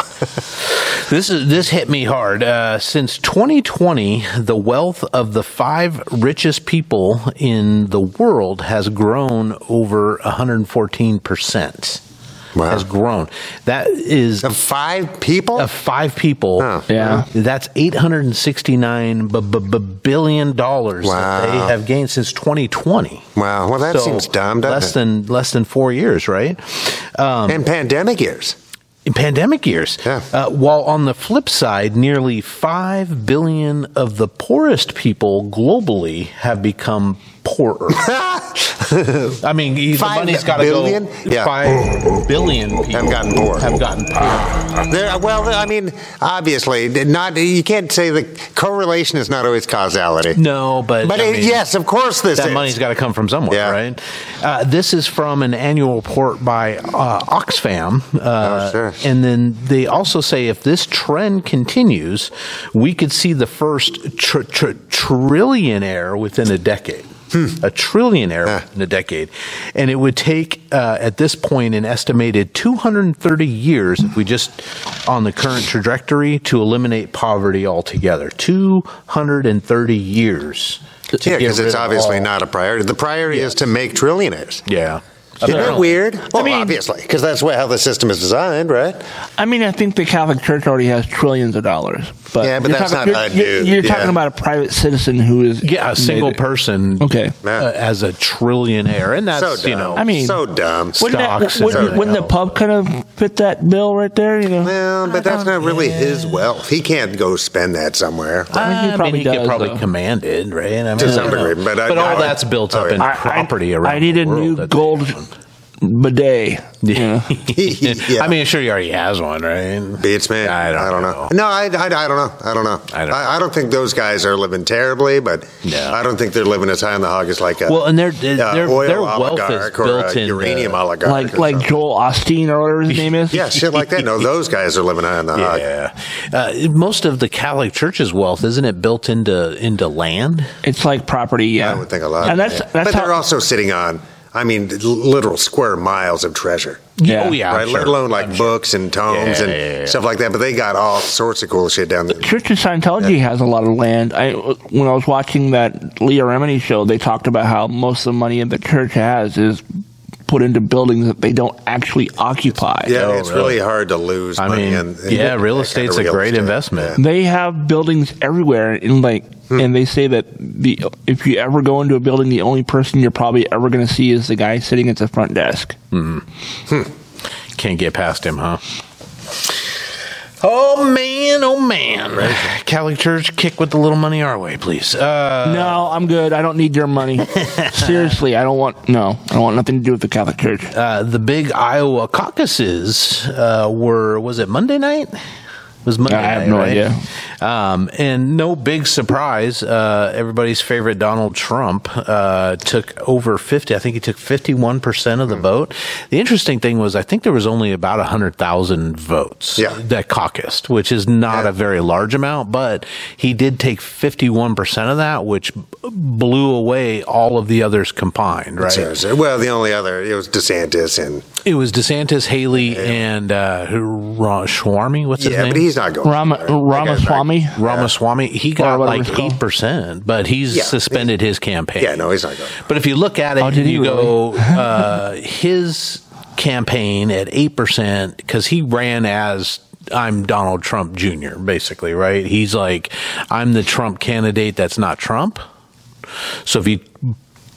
This is this hit me hard. Uh, since 2020, the wealth of the five richest people in the world has grown over 114 percent. Wow. Has grown. That is Of five people? of five people. Huh. Yeah. that's 869 b- b- b- billion dollars that they Wow. have gained since 2020. wow. Well, that So seems dumb, doesn't less it? than less than four years, right? Um, and pandemic years. in pandemic years. Yeah. Uh, while on the flip side, nearly 5 billion of the poorest people globally have become poorer. I mean, the Five money's got to go. billion? Yeah. 5 billion people Have gotten poor. Have gotten poor. There, well, I mean, obviously, not. You can't say the correlation is not always causality. No, but But I it, mean, yes, of course, this That is. money's got to come from somewhere, Yeah. right? Uh, this is from an annual report by uh, Oxfam, uh, Oh, sure. and then they also say if this trend continues, we could see the first tr- tr- trillionaire within a decade. A trillionaire Hmm. Huh. in a decade. And it would take, uh, at this point, an estimated 230 years if we just on the current trajectory to eliminate poverty altogether. 230 years. to Yeah, get because rid it's of obviously all- not a priority. The priority is to make trillionaires. Yeah. Isn't that weird? Well, mean- obviously, because that's wh- how the system is designed, right? I mean, I think the Catholic Church already has trillions of dollars. But Yeah, but you're that's talking, not you're, a you're- dude, you're yeah. talking about a private citizen who is Yeah, a single made it. person Okay. Yeah. uh, as a trillionaire. And So that's, dumb. you know, I mean- so dumb. Wouldn't, stocks that, and wouldn't, everything wouldn't the else. pub kind of fit that bill right there? You know, Well, but that's not really his wealth. He can't go spend that somewhere. mean, he I mean, probably he could does, probably though. command it, right? I mean, To I some don't know. degree, but I- all I- that's built oh, up yeah. in property around I need the a world new that they- gold bidet. you know? yeah. I mean, sure, he already has one, right? Beats me. I don't know. No, I, I, I don't know. I don't know. I don't I, don't think those guys are living terribly, but No. I don't think they're living as high on the hog as like a Well, and their their, uh, their, oil their wealth is oligarch or built a in uh, uranium oligarch. like or like something. Joel Osteen or whatever his name is. yeah, shit like that. No, those guys are living high on the hog. Yeah, uh, most of the Catholic Church's wealth isn't it built into into land? It's like property. Yeah, I would think a lot. And of that's it. that's but how, they're also sitting on, I mean, literal square miles of treasure. Yeah. Oh yeah, I'm right? sure. Let alone like books and tomes Yeah, and yeah, yeah. stuff like that. But they got all sorts of cool shit down there. Church of Scientology has a lot of land. I when I was watching that Leah Remini show, they talked about how most of the money that the church has is put into buildings that they don't actually occupy. Yeah, Oh, it's really? really hard to lose I money. mean, in- in yeah, that real kind of estate's a real great estate. investment. Yeah. They have buildings everywhere, and like, and they say that the if you ever go into a building, the only person you're probably ever going to see is the guy sitting at the front desk. Can't get past him, huh? Oh man, oh man. Catholic Church, kick with the little money our way, please. Uh, no, I'm good. I don't need your money. Seriously, I don't want. No, I don't want nothing to do with the Catholic Church. uh, the big Iowa caucuses uh, were was it Monday night? It was Monday I have night, no right? idea. Um, and no big surprise, uh, everybody's favorite Donald Trump uh, took over 50. I think he took 51% of Hmm. the vote. The interesting thing was, I think there was only about 100,000 votes Yeah. that caucused, which is not Yeah. a very large amount, but he did take 51% of that, which b- blew away all of the others combined, right? So- so- Well, the only other it was DeSantis and It was DeSantis, Haley, and uh, who, Ra- Schwarmy. What's his yeah, name? but he's not going. Rama, anywhere. That guy's not- Ramaswamy. Ramaswamy. He Or got whatever like it's called. eight percent, but he's Yeah. suspended his campaign. Yeah, no, he's not going. But if you look at it, Oh, did he you go uh, his campaign at eight percent because he ran as. I'm Donald Trump Jr. Basically, right? He's like, I'm the Trump candidate that's not Trump. So if you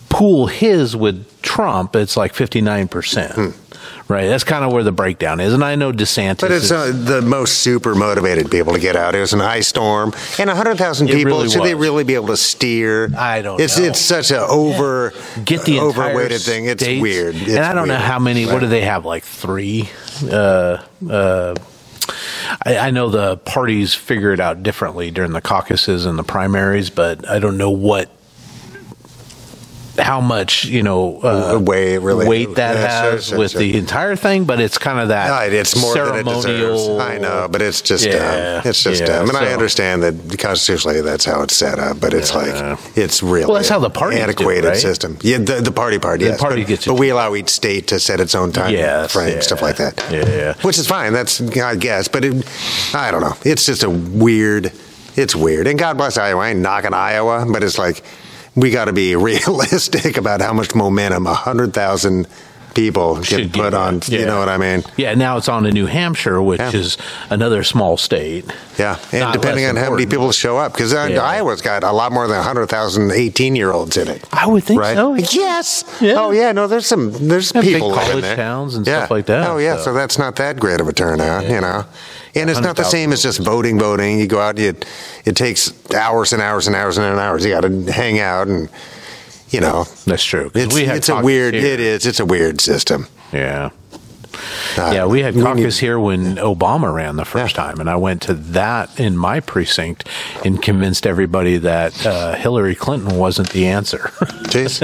pool his with Trump, it's like 59%. Hmm. Right? That's kind of where the breakdown is. And I know DeSantis. But it's is- uh, the most super motivated people to get out. It was an ice storm and hundred thousand It people. really should they was. really be able to steer? I don't It's know. it's such an over uh, get the entire overweighted thing. It's states. weird. It's and I don't weird. know how many. What do they have? Like three. Uh, uh, I, I know the parties figure it out differently during the caucuses and the primaries, but I don't know what. How much you know uh, The way it really- weight that Yeah, sure, has sure, with sure. the entire thing, but it's kind of that No, it- it's more ceremonial. than it deserves. I know, but it's just Yeah, dumb. It's just yeah, dumb. And I so- understand that constitutionally that's how it's set up, but it's Yeah. like it's really Well, that's how the parties do, antiquated right? system. Yeah, the, the party part. The yes, party but, gets to but do we allow each state to set its own time Yes, frame, yeah, stuff like that. yeah. which is fine. That's I guess, but it, I don't know. It's just a weird. It's weird, and God bless Iowa. I ain't knocking Iowa, but it's like we got to be realistic about how much momentum hundred thousand people can Should give put on. it, You yeah. know what I mean? Yeah, now it's on to New Hampshire, which Yeah. is another small state. Yeah, and Not depending less on how many important. people show up, because Yeah. Iowa's got a lot more than 100,000 18-year-olds in it, I would think right? so. yeah. Yes. Yeah. Oh yeah. No, there's some there's Yeah, big people living college there. towns and stuff like that, Oh yeah. So. so. that's not that great of a turnout, you know. And it's not the 100,000 same as just voting, voting. You go out, you, it takes hours and hours and hours and hours. You got to hang out and, you know, That's true. 'cause it's, had it's a caucus weird, here. it is, it's a weird system. Yeah. Uh, Yeah, we had need- caucus here when Obama ran the first Yeah. time, and I went to that in my precinct and convinced everybody that uh, Hillary Clinton wasn't the answer. Jeez.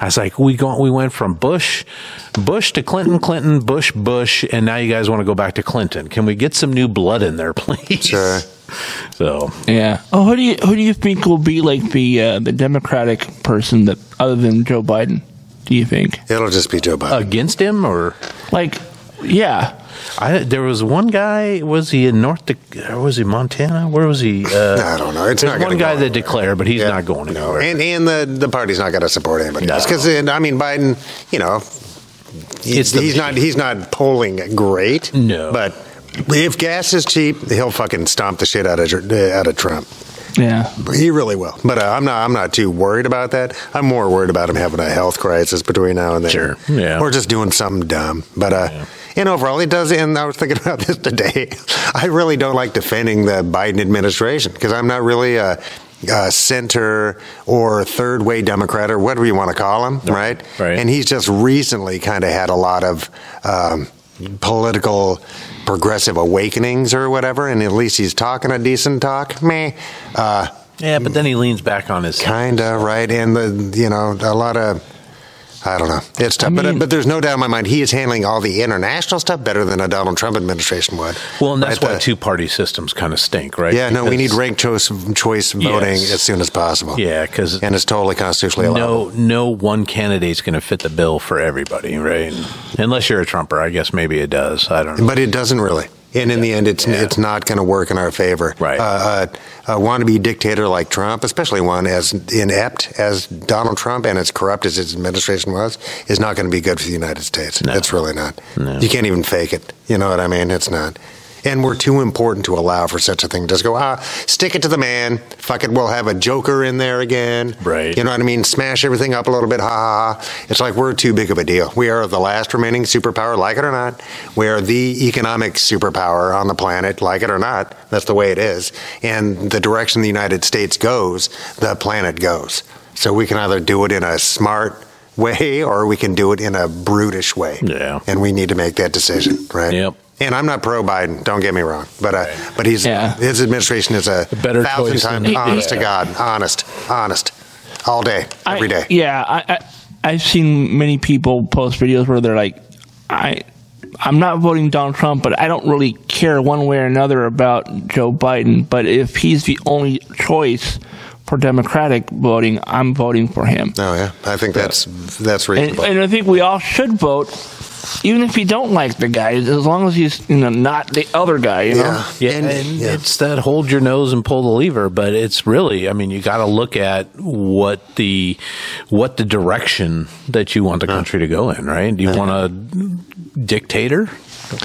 I was like, we go, we went from Bush, Bush to Clinton, Clinton, Bush, Bush, and now you guys want to go back to Clinton. Can we get some new blood in there, please? Sure. So Yeah. Oh, who do you who do you think will be like the uh, the Democratic person that other than Joe Biden? Do you think It'll just be Joe Biden. against him or like yeah? I, there was one guy. Was he in North? Dakota, was he Montana? Where was he? Uh, I don't know. It's there's not gonna one guy go that anywhere. declared, but he's Yeah. not going No, anywhere. and and the the party's not going to support anybody No. else because I mean Biden, you know, he- It's the he's not machine. he's not polling great. No. but if gas is cheap, he'll fucking stomp the shit out of Dr- uh, out of Trump. Yeah. He really will. But uh, I'm not I'm not too worried about that. I'm more worried about him having a health crisis between now and then, Sure. Yeah. or just doing something dumb. But uh, and overall, it does. And I was thinking about this today. I really don't like defending the Biden administration because I'm not really. Uh, uh, center or third way Democrat or whatever you want to call him, right? right. And he's just recently kind of had a lot of um, political progressive awakenings or whatever, and at least he's talking a decent talk. Meh. Uh, Yeah, but then he leans back on his. kind of right, and the you know a lot of. I don't know. It's tough, but, uh, mean- but there's no doubt in my mind he is handling all the international stuff better than a Donald Trump administration would. Well, and that's Right, why the- two party systems kind of stink, right? Yeah, no, we need Because- ranked choice, choice voting Yes. as soon as possible. Yeah, because and it's totally constitutionally allowed. no, no one candidate's going to fit the bill for everybody, right? Unless you're a Trumper, I guess maybe it does. I don't know. but it doesn't really. And in the end, it's Yeah. it's not going to work in our favor. Right. Uh, uh, a wannabe dictator like Trump, especially one as inept as Donald Trump and as corrupt as his administration was, is not going to be good for the United States. No. It's really not. No. You can't even fake it. You know what I mean? It's not. And we're too important to allow for such a thing. Just go, ah, stick it to the man. Fuck it. We'll have a joker in there again. Right. You know what I mean? Smash everything up a little bit. Ha ha ha. It's like we're too big of a deal. We are the last remaining superpower, like it or not. We are the economic superpower on the planet, like it or not. That's the way it is. And the direction the United States goes, the planet goes. So we can either do it in a smart way or we can do it in a brutish way. Yeah. And we need to make that decision, right? Yep. And I'm not pro Biden. Don't get me wrong, but uh, but he's Yeah. his administration is a better thousand choice than- times honest to Yeah. God, honest, honest, all day, every day. I, yeah, I, I I've seen many people post videos where they're like, I I'm not voting Donald Trump, but I don't really care one way or another about Joe Biden. But if he's the only choice for Democratic voting, I'm voting for him. Oh yeah, I think that's that's And, reasonable. and I think we all should vote, even if we don't like the guy, as long as he's you know not the other guy. You know? yeah, Yeah, And- and, yeah. it's that hold your nose and pull the lever, but it's really, I mean, you got to look at what the what the direction that you want the country to go in, right? Do you want a dictator,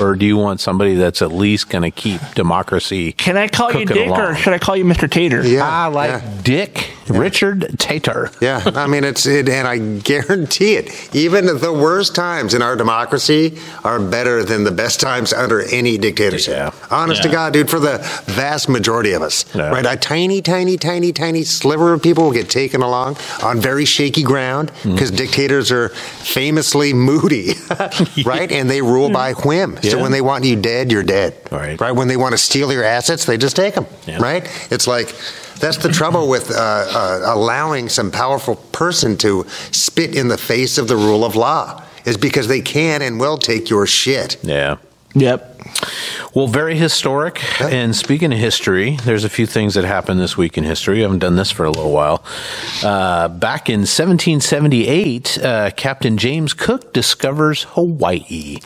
or do you want somebody that's at least going to keep democracy? Can I call you Cooking Dick or along. should I call you Mr. Tater? Yeah, I like yeah. Dick Richard Tater. Yeah, I mean it's it, and I guarantee it. Even the worst times in our democracy are better than the best times under any dictatorship. Yeah. Honest to Yeah. God, dude, for the vast majority of us, Yeah. right? A tiny, tiny, tiny, tiny sliver of people will get taken along on very shaky ground Mm. because dictators are famously moody, right? And they rule by whim. So Yeah. when they want you dead, you're dead. Right. Right. When they want to steal your assets, they just take them. Yeah. Right. It's like that's the trouble with uh, uh, allowing some powerful person to spit in the face of the rule of law is because they can and will take your shit. Yeah. Yep. Well, very historic. And speaking of history, there's a few things that happened this week in history. I haven't done this for a little while. Uh, back in 1778, uh, Captain James Cook discovers Hawaii,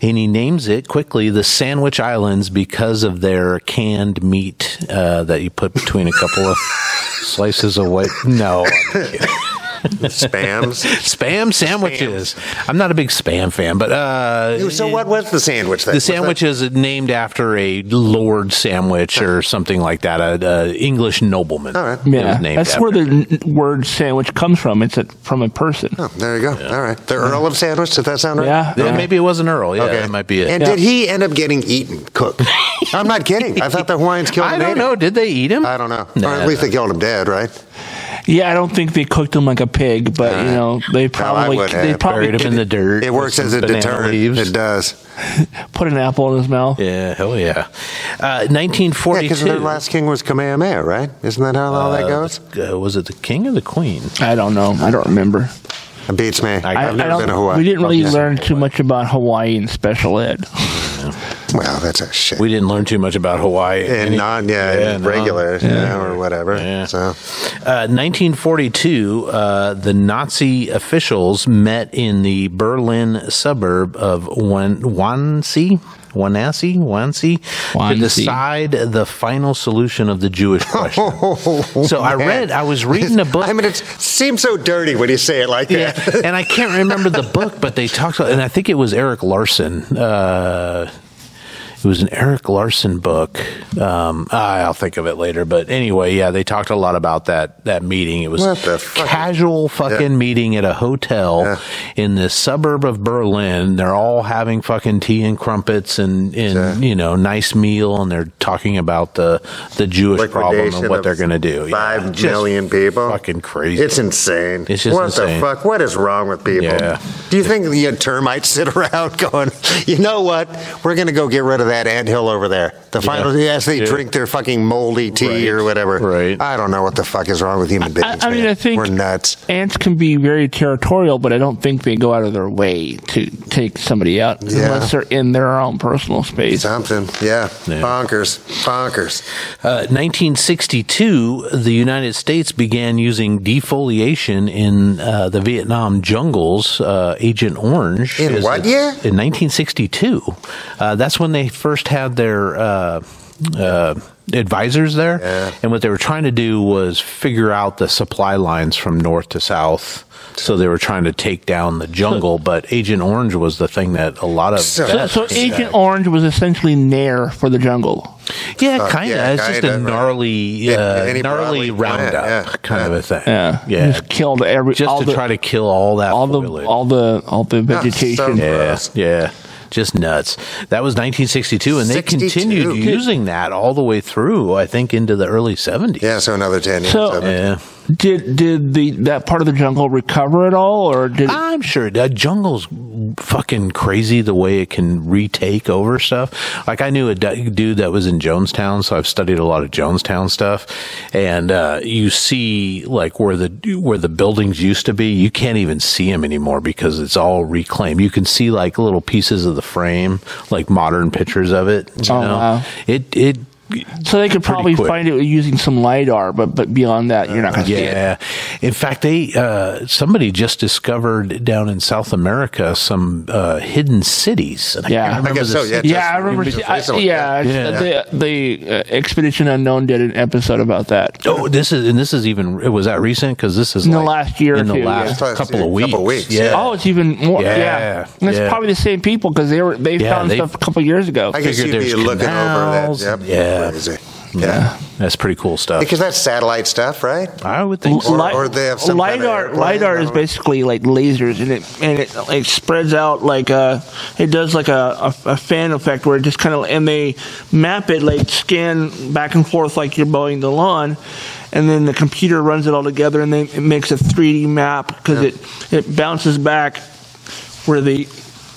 and he names it quickly the Sandwich Islands because of their canned meat uh, that you put between a couple of slices of white. No, I'm kidding Spams. spam sandwiches. I'm not a big spam fan, but uh, so what was the sandwich? Then? the sandwich is named after a Lord sandwich or something like that, an English nobleman. All right. It was Yeah, named that's after. where the n- word sandwich comes from. It's a, from a person. Oh, there you go. All right. The Earl of Sandwich. Did that sound right? Yeah. Yeah, Maybe it was an Earl. Yeah, that might be it. And Yeah. did he end up getting eaten, Cook? I'm not kidding. I thought the Hawaiians killed him. I and don't ate know. him. Did they eat him? I don't know. Nah, or at least they killed him dead, right? Yeah, I don't think they cooked him like a pig, but Uh, you know they probably would they have. probably Buried him in the dirt. It with works some as a banana deterrent. leaves. It does. put an apple in his mouth. Yeah, hell yeah. Uh, Yeah, 1942. because their last king was Kamehameha, right? Isn't that how all that goes? Uh, was it the king or the queen? I don't know. I don't remember. It beats me. I, I- have I never don't- been to Hawaii. We didn't really Okay. learn too much about Hawaii and special ed. Well, that's a shit. We didn't learn too much about Hawaii. and Any- not yeah, and no. regular you know, or whatever. Yeah. So Uh, 1942, uh, the Nazi officials met in the Berlin suburb of Wan- Wannsee, Wannsee, Wannsee, to Wannsee. decide the final solution of the Jewish question. so I Oh, man. read, I was reading a book. I mean, it seems so dirty when you say it like Yeah, that. and I can't remember the book, but they talked about, and I think it was Eric Larson. Uh, it was an Eric Larson book. Um, I- I'll think of it later. But anyway, yeah, they talked a lot about that that meeting. It was What the fuck? casual fucking meeting at a hotel Yeah. in the suburb of Berlin. They're all having fucking tea and crumpets and, and Yeah. you know nice meal, and they're talking about the the Jewish problem and Liquidation what of they're going to do. Five million Just people. fucking crazy. It's insane. It's just what insane. the fuck? What is wrong with people? Yeah. Do you think the uh, termites sit around going, you know what? We're going to go get rid of that anthill over there. The final, as they Yeah. drink their fucking moldy tea Right. or whatever. Right. I don't know what the fuck is wrong with human I, beings. I mean, man. I think we're nuts. Ants can be very territorial, but I don't think they go out of their way to take somebody out Yeah. unless they're in their own personal space. Something. Yeah. Yeah. Bonkers. Bonkers. Uh, 1962, the United States began using defoliation in uh, the Vietnam jungles. Uh, Agent Orange. In is what a- year? In 1962. Uh, that's when they first had their. Uh, uh, advisors there Yeah. and what they were trying to do was figure out the supply lines from north to south so they were trying to take down the jungle but agent orange was the thing that a lot of So- So, that so came Agent Orange was essentially Nair for the jungle. Yeah, Fuck, kind of. yeah, it's just kinda, a right. gnarly, Yeah, uh, any gnarly broadleaf plant, roundup yeah, kind of a thing. Yeah, yeah. just killed every Just all to the, try to kill all that all the foliage. all the all the vegetation. so- yeah, Gross. yeah. Just nuts. That was 1962, and they 62. continued using that all the way through. I think into the early 70s. Yeah. So another 10 years So- of it. Yeah. Did did the that part of the jungle recover at all, or did Uh, it- I'm sure the jungle's fucking crazy the way it can retake over stuff. Like I knew a du- dude that was in Jonestown, so I've studied a lot of Jonestown stuff, and uh, you see like where the where the buildings used to be, you can't even see them anymore because it's all reclaimed. You can see like little pieces of the frame, like modern pictures of it. You Oh, know? wow. It it so they could probably quick. find it using some lidar, but but beyond that, you're not going to see it. Yeah. In fact, they uh, somebody just discovered down in South America some uh, hidden cities. And Yeah. can't I remember guess the so, ci- yeah. Yeah, Just- I remember. just I, recently, yeah, yeah. the, the uh, Expedition Unknown did an episode about that. Oh, this is and this is even was that recent because this is In the like last year or in the two, yeah. last Last couple of year, weeks. couple weeks, yeah. Oh, it's even more. Yeah, Yeah, And it's yeah. probably the same people because they were they Yeah, found they- stuff a couple years ago. I guess Figured you'd be there's looking canals. over that. Yep. Yeah. Crazy. yeah, that's pretty cool stuff. Because that's satellite stuff, right? I would think so. Or- Li- or they have some kind of lidar. airplane, I lidar don't is know. basically like lasers, and it and it like spreads out like a. It does like a, a, a fan effect where it just kind of and they map it like scan back and forth like you're mowing the lawn, and then the computer runs it all together and then it makes a 3D map because it it bounces back where the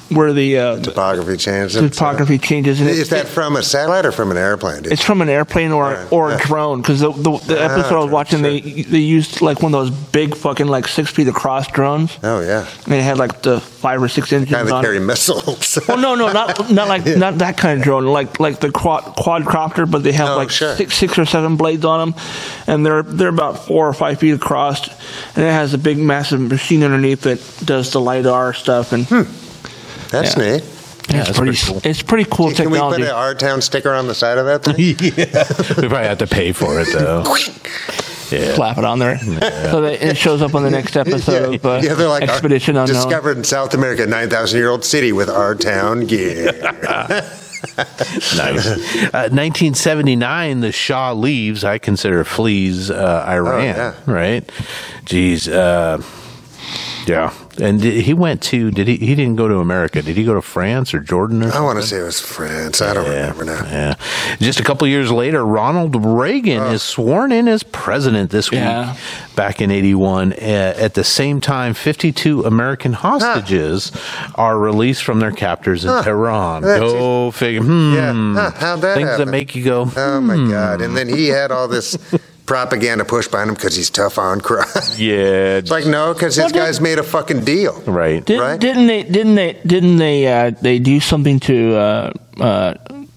where the uh, Topography changes. topography changes. And Is it- that from a satellite or from an airplane? dude? It's from an airplane or Alright, or yeah. a drone because the, the, the Ah, episode I was drone, watching they they used like one of those big fucking like six feet across drones Oh yeah, and it had like the five or six engines kind of on. carry it. missiles. Well, no, no, not not like not that kind of drone, like like the quad, quadcopter, but they have Oh, like sure. six six or seven blades on them, and they're they're about four or five feet across, and it has a big massive machine underneath that does the lidar stuff, Hmm. and That's Yeah. neat. Yeah, it's that's pretty, pretty cool. it's pretty cool Can we put technology. an R Town sticker on the side of that thing? we probably have to pay for it though. yeah. Slap it on there, so that it shows up on the next episode of uh, yeah, they're like "Our- Expedition Unknown. discovered in South America, nine thousand year old city with R Town gear. Nice. Uh, 1979, the Shah leaves. I consider flees uh, Iran, Oh, right? Jeez. Uh, yeah. And did, he went to, did he, he didn't go to America. Did he go to France or Jordan or I something? want to say it was France. I don't remember now. Yeah. Just a couple years later, Ronald Reagan is sworn in as president this week Yeah. back in 81. Uh, at the same time, 52 American hostages are released from their captors in Tehran. That's- Go figure. Hmm. Yeah. Huh, how'd that Things happen? that make you go, hmm. Oh my God! And then he had all this propaganda push behind him because he's tough on crime. it's yeah. like no, because this Well, did- guy's made a fucking deal. right. Did, right? Didn't they? Didn't they? Didn't they? Uh, they do something to uh, uh,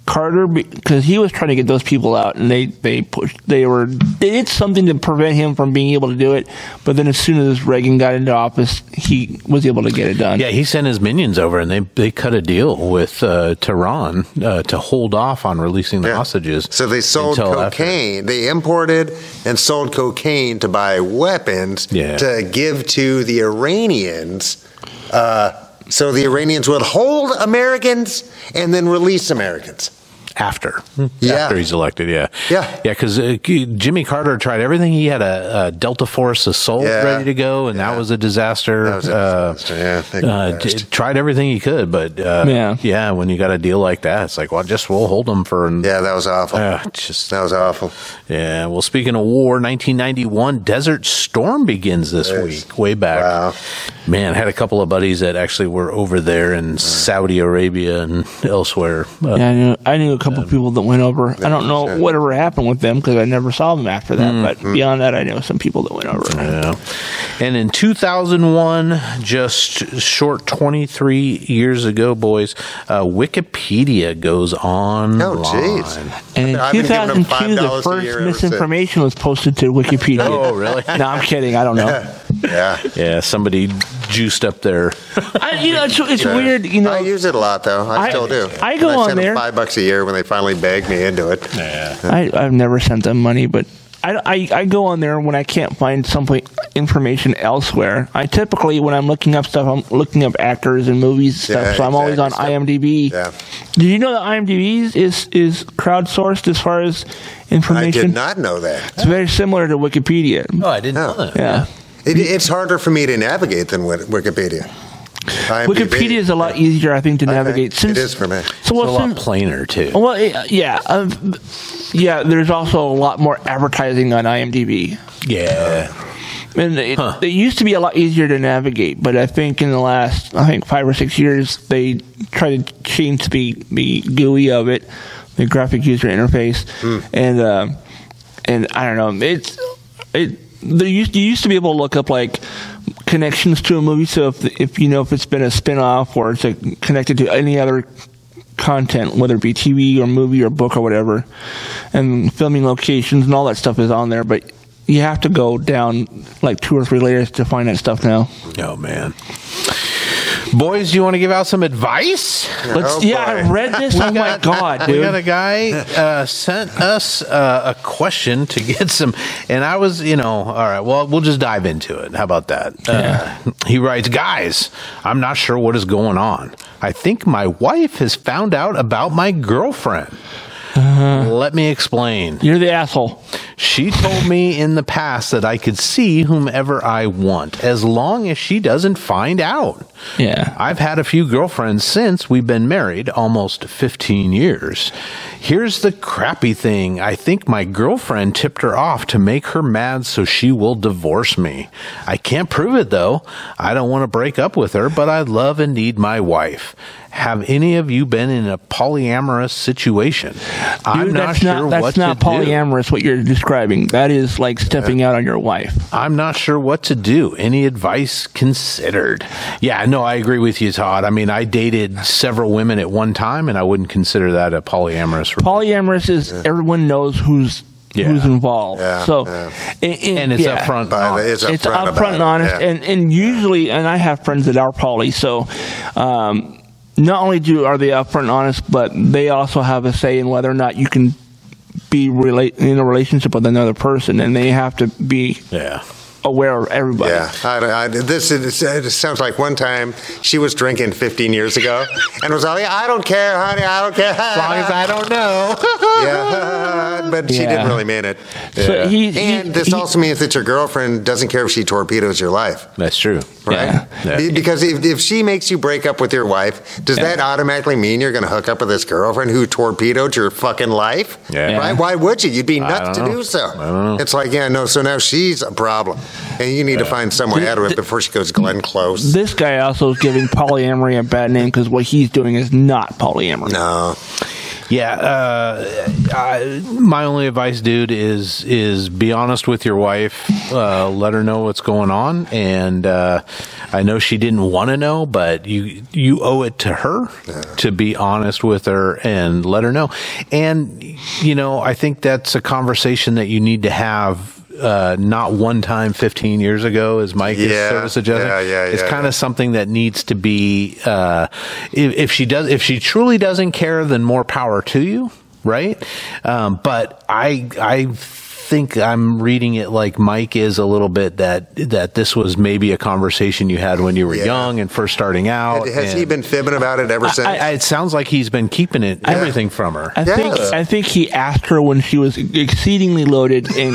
Carter because he was trying to get those people out, and they they pushed. They were they did something to prevent him from being able to do it. But then, as soon as Reagan got into office, he was able to get it done. Yeah, he sent his minions over, and they, they cut a deal with uh, Tehran uh, to hold off on releasing the Yeah. hostages. So they sold until after- cocaine. They imported and sold cocaine to buy weapons Yeah. to give to the Iranians uh, So the Iranians would hold Americans and then release Americans. after Yeah. after he's elected. Yeah, Yeah. yeah. Because uh, Jimmy Carter tried everything. He had a, a Delta Force assault Yeah. ready to go, and that was a disaster. That was a Uh, disaster, yeah, they uh, j- crashed. tried everything he could, but uh, Yeah. yeah. When you got a deal like that, it's like, well, just we'll hold them for. an- Yeah, that was awful. Ah, Uh, just That was awful. yeah. Well, speaking of war, 1991, Desert Storm begins this Yes. week. Way back, Wow. man. Had a couple of buddies that actually were over there Mm. in Saudi Arabia and elsewhere. Uh, Yeah, I knew, I knew a couple people that went over. I don't know yeah. Mm-hmm. whatever happened with them because I never saw them after that. But beyond that, I know some people that went over. Yeah. And in 2001, just short 23 years ago, boys, uh, Wikipedia goes on. Oh, jeez. And in I've been giving them 2002, the $5 a first year ever since. misinformation was posted to Wikipedia. Oh, really? no, I'm kidding. I don't know. Yeah. Yeah, somebody juiced up their. I, you know, it's, it's Yeah. weird. You know, I use it a lot though. I, I- still do. I go And on send them there. Five bucks a year when they finally beg me into it. I, I've never sent them money, but I, I, I go on there when I can't find some pla- information elsewhere. I typically, when I'm looking up stuff, I'm looking up actors and movies stuff, Yeah, so I'm always on exactly. IMDb. Yeah. Did you know that IMDb is, is crowdsourced as far as I information? did not know that. It's very similar to Wikipedia. Oh, I didn't know know that. that. Yeah. It, it's harder for me to navigate than Wik- Wikipedia. IMDb. Wikipedia is a lot easier, I think, to navigate. Since, it is for me. So, It's a well, lot since- plainer, too. Well, yeah, yeah, um, yeah. There's also a lot more advertising on IMDb, Yeah. and it, Huh. it used to be a lot easier to navigate. But I think in the last, I think five or six years, they tried to change the the GUI of it, the graphic user interface, and uh, and I don't know. It's it. There used you used to be able to look up like connections to a movie. So if if you know if it's been a spin off or it's like connected to any other content, whether it be TV or movie or book or whatever, and filming locations and all that stuff is on there. But you have to go down like two or three layers to find that stuff now. Oh, man. Boys, do you want to give out some advice? Let's, Oh, yeah, I boy. read this. oh my god, We dude! got a guy uh, sent us uh, a question to get some, and I was, you know, all right. Well, we'll just dive into it. How about that? Uh, he writes, guys, I'm not sure what is going on. I think my wife has found out about my girlfriend. Let me explain. You're the asshole. She told me in the past that I could see whomever I want as long as she doesn't find out. Yeah. I've had a few girlfriends since we've been married almost 15 years. Here's the crappy thing I think my girlfriend tipped her off to make her mad so she will divorce me. I can't prove it though. I don't want to break up with her, but I love and need my wife. Have any of you been in a polyamorous situation? I'm Dude, not that's sure that's what to not do. polyamorous. What you're describing that is like stepping out on your wife. I'm not sure what to do. Any advice considered? Yeah, no, I agree with you, Todd. I mean, I dated several women at one time, and I wouldn't consider that a polyamorous. relationship. Polyamorous is everyone knows who's Yeah. who's involved. Yeah, So yeah. and, and it's yeah. upfront. But it's upfront, it's upfront about and honest, it. Yeah. and and usually, and I have friends that are poly, so. Um, not only do are they upfront and honest, but they also have a say in whether or not you can be relate in a relationship with another person, and they have to be Yeah, aware of everybody. Yeah, I, I, this is, it sounds like one time she was drinking 15 years ago and was all, yeah, I don't care, honey, I don't care. As long as I don't know. yeah, but she Yeah. didn't really mean it. So Yeah. he- he- and this he- also means that your girlfriend doesn't care if she torpedoes your life. that's true. Yeah. Right? Yeah. Be- Because if, if she makes you break up with your wife, does that automatically mean you're going to hook up with this girlfriend who torpedoed your fucking life? Yeah. Right? Why would you? You'd be nuts to don't know. do so. I don't know. It's like, yeah, no, so now she's a problem. And you need to find someone out of it before she goes Glenn Close. This guy also is giving polyamory a bad name because what he's doing is not polyamory. no. Yeah, uh, I, my only advice, dude, is is be honest with your wife. Uh, let her know what's going on, and uh, I know she didn't want to know, but you you owe it to her to be honest with her and let her know. And you know, I think that's a conversation that you need to have. Uh, not one time 15 years ago, as Mike is Yeah, sort of suggesting. yeah, yeah, it's yeah, kind yeah. of something that needs to be uh, if, if she does if she truly doesn't care then more power to you right um, but i i think I'm reading it like Mike is a little bit that that this was maybe a conversation you had when you were Yeah. young and first starting out. Has, has he and- been fibbing about it ever since? Oh, I, I, it sounds like he's been keeping it everything from her. I think Yeah. I think he asked her when she was exceedingly loaded and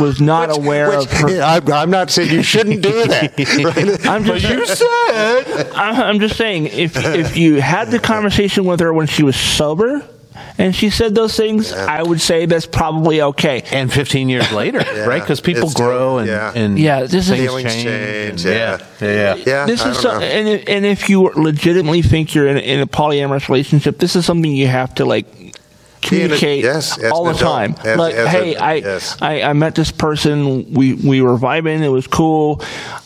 was not aware Which- of her. I'm, I'm not saying you shouldn't do that. right? I'm just, you said. I'm, I'm just saying if if you had the conversation with her when she was sober, and she said those things, I would say that's probably okay. and 15 years later, right? Because people it's still- grow and, yeah. and Yeah, this is- things Feelings change. change, and- yeah. yeah, yeah. Yeah, this I is don't so, know. and if, and if you legitimately think you're in, in a polyamorous relationship, this is something you have to like communicate yes, as all an the adult, time. as- like, as a- hey, I yes. I, I met this person. We we were vibing. It was cool.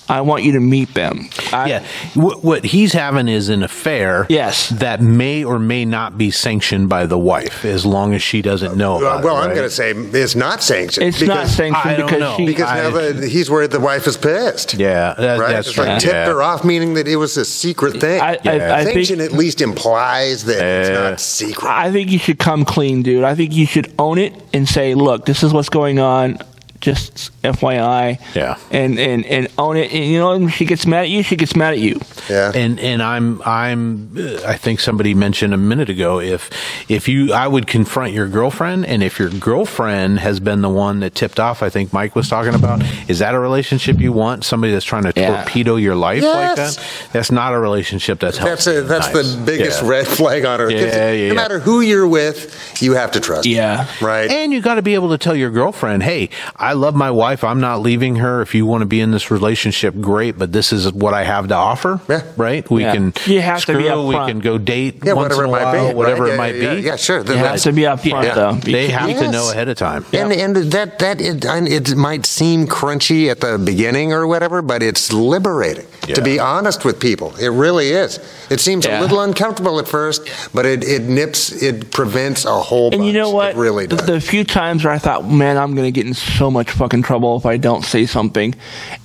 I want you to meet them. I, yeah. What, what he's having is an affair. Yes. That may or may not be sanctioned by the wife, as long as she doesn't know Well, about it. well, I'm right? going to say it's not sanctioned. It's not sanctioned I don't because know. she. because now I- the, he's worried the wife is pissed. Yeah, that, Right, that's it's like right. tipped yeah. her off, meaning that it was a secret thing. I- I- I think- Sanction at least implies that it's Yeah. not secret. I think you should come clean, dude. I think you should own it and say, "Look, this is what's going on." Just FYI. Yeah. And and and own it. And you know, when she gets mad at you, she gets mad at you. yeah, And and I'm I'm uh, I think somebody mentioned a minute ago if if you I would confront your girlfriend and if your girlfriend has been the one that tipped off I think Mike was talking about is that a relationship you want somebody that's trying to Yeah. torpedo your life like Yes. that that's not a relationship that's that's healthy a, and that's nice. the biggest Yeah. red flag on her. 'Cause Yeah, yeah, no yeah. matter who you're with, you have to trust. Yeah. right. And you got to be able to tell your girlfriend, "Hey, I love my wife. I'm not leaving her. If you want to be in this relationship, great, but this is what I have to offer." Yeah. Right? We Yeah. can You have to screw, be we upfront. can go date yeah, once whatever in it a might while, be. whatever right? it Yeah, might yeah, be. Yeah, sure. It has to be up front, Yeah. though. You They can't- have to Yes. know ahead of time. And, and that that it, and it might seem crunchy at the beginning or whatever, but it's liberating Yeah. to be honest with people. It really is. It seems Yeah. a little uncomfortable at first, but it, it nips it prevents a whole. And you bunch. know what? It really the, does. the few times where I thought, man, I'm going to get in so much fucking trouble if I don't say something,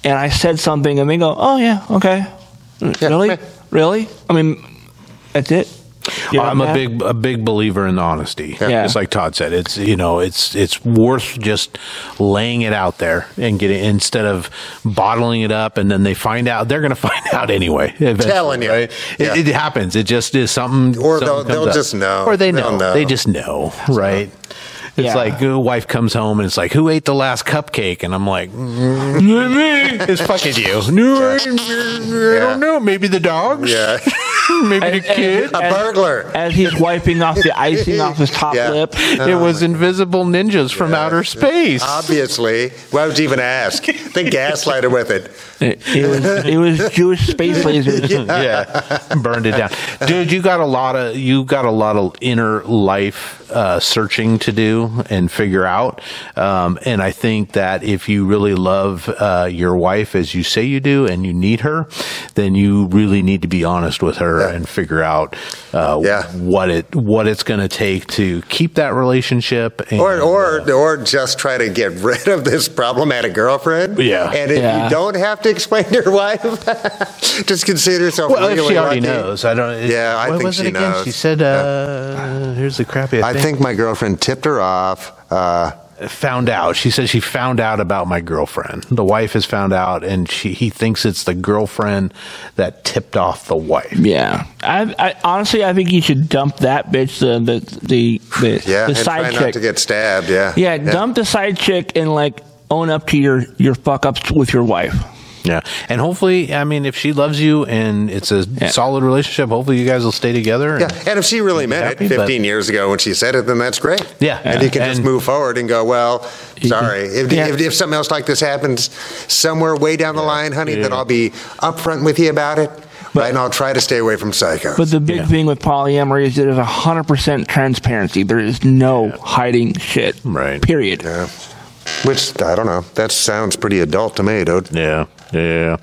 and I said something, and they go, oh yeah, okay, really, meh. really. I mean, that's it. You know I'm a what big a big believer in honesty. Yeah. It's like Todd said. It's you know it's it's worth just laying it out there and getting instead of bottling it up and then they find out they're going to find out anyway. eventually, Telling you. right? Yeah. it, it happens. It just is something. Or something they'll- comes they'll up. just know. Or they They'll know. know. They just know, right? It's Yeah. like a wife comes home and it's like, who ate the last cupcake? And I'm like, "Mm-hmm." happened? it's fucking you. No, I, I Yeah. don't know. Maybe the dogs. yeah, Maybe the And- and- kid. a And- burglar. As he's wiping off the icing off his top Yeah. lip, it was invisible ninjas from Oh, Yeah. Oh, outer space. Obviously, why would you even ask? Then gaslight her with it. it, it was it was Jewish space lasers. yeah, burned it down, dude. You got a lot of you got a lot of inner life uh, searching to do and figure out. Um, and I think that if you really love uh, your wife as you say you do, and you need her, then you really need to be honest with her Yeah. and figure out uh, Yeah. what it what it's going to take to keep that relationship. And, Or, or, or just try to get rid of this problematic girlfriend. Yeah. And if Yeah. you don't have to explain to your wife, just consider yourself well, if really she already lucky. knows, I don't. Yeah, I what think was it she again? knows. She said, uh, "Here's the crappy." I think my girlfriend tipped her off. Uh, found out. She said she found out about my girlfriend. The wife has found out, and she he thinks it's the girlfriend that tipped off the wife. Yeah, I, I honestly I think you should dump that bitch the the the, the, yeah, the and try side not chick. to get stabbed. Yeah, yeah, dump the side chick and like own up to your your fuck ups with your wife. Yeah, and hopefully, I mean, if she loves you and it's a solid relationship, hopefully you guys will stay together. and- Yeah, and if she really meant Happy, it but- 15 years ago when she said it, then that's great. Yeah. and you can just And- move forward and go, well, sorry, if, Yeah. if, if something else like this happens somewhere way down the line, honey, then Yeah. I'll be upfront with you about it, right? And I'll try to stay away from psycho. But the big Yeah. thing with polyamory is there is hundred percent transparency. There is no hiding shit. Right. Period. Yeah. Which I don't know. That sounds pretty adult to me, dude. yeah, yeah.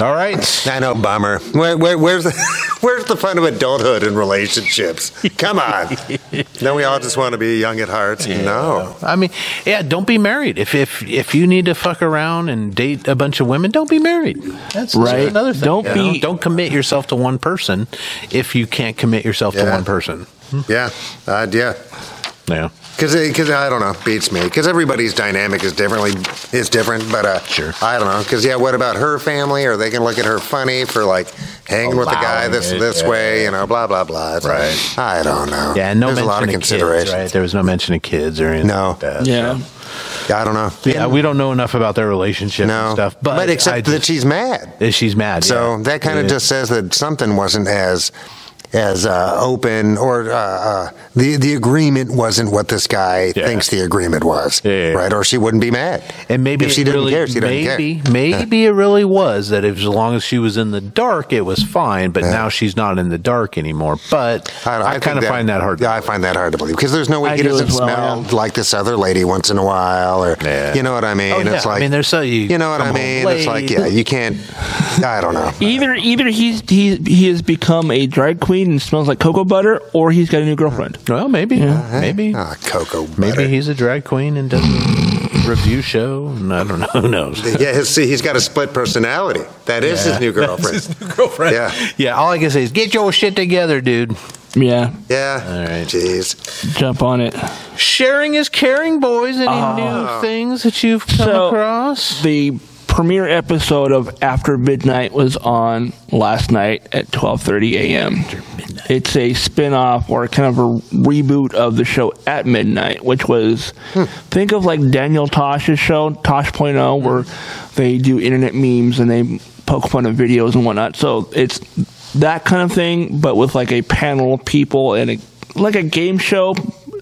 All right. I know, bummer. Where, where, where's the where's the fun of adulthood in relationships? Come on. Don't we all just want to be young at heart? No. I mean, yeah. Don't be married. If if if you need to fuck around and date a bunch of women, don't be married. That's Right. another thing. Don't you be- know? Don't commit yourself to one person if you can't commit yourself to Yeah. one person. Yeah. Uh, yeah. Yeah. Because because I don't know, beats me. Because everybody's dynamic is differently is different. But uh, Sure. I don't know. Because yeah, what about her family? Are they gonna look at her funny for like hanging with the guy Allowing this it, this yeah. way? You know, blah blah blah. It's like, Right. I don't know. Yeah, and no There's a mention lot of kids, consideration. right? There was no mention of kids or anything. No. like that. Yeah. I don't know. yeah, we don't know enough about their relationship no and stuff. But, except I that just- she's mad. that she's mad. So yeah. that kind Yeah. of just says that something wasn't as as uh, open, or uh, uh, the the agreement wasn't what this guy Yeah. thinks the agreement was, Yeah, yeah, yeah. right? Or she wouldn't be mad. And maybe if she it didn't really, care, she doesn't care. maybe, Maybe it really was that if, as long as she was in the dark, it was fine. But now she's not in the dark anymore. But I, don't- think kind of find that hard. Yeah, I find that hard to believe because there's no way I he do doesn't as well, smell yeah. like this other lady once in a while, or Yeah. you know what I mean? Oh, yeah. It's like I mean, there's so you, you know what I come home mean? It's like late. yeah, you can't. I don't know. Either either he's he he has become a drag queen and smells like cocoa butter, or he's got a new girlfriend. Well, maybe, maybe, Ah, cocoa. maybe butter. he's a drag queen and does a review show. And I don't know. Who knows? Yeah, his, see, he's got a split personality. That is his new girlfriend. girlfriend. Yeah. yeah. All I can say is get your shit together, dude. Yeah, Yeah. All right. Jeez. jump on it. Sharing is caring, boys. Any new things that you've come So- across? The premiere episode of After Midnight was on last night at 12:30 a.m. It's a spin-off or kind of a reboot of the show At Midnight, which was Hmm. think of like Daniel Tosh's show Tosh.0 where they do internet memes and they poke fun of videos and whatnot. So it's that kind of thing but with like a panel of people and a like a game show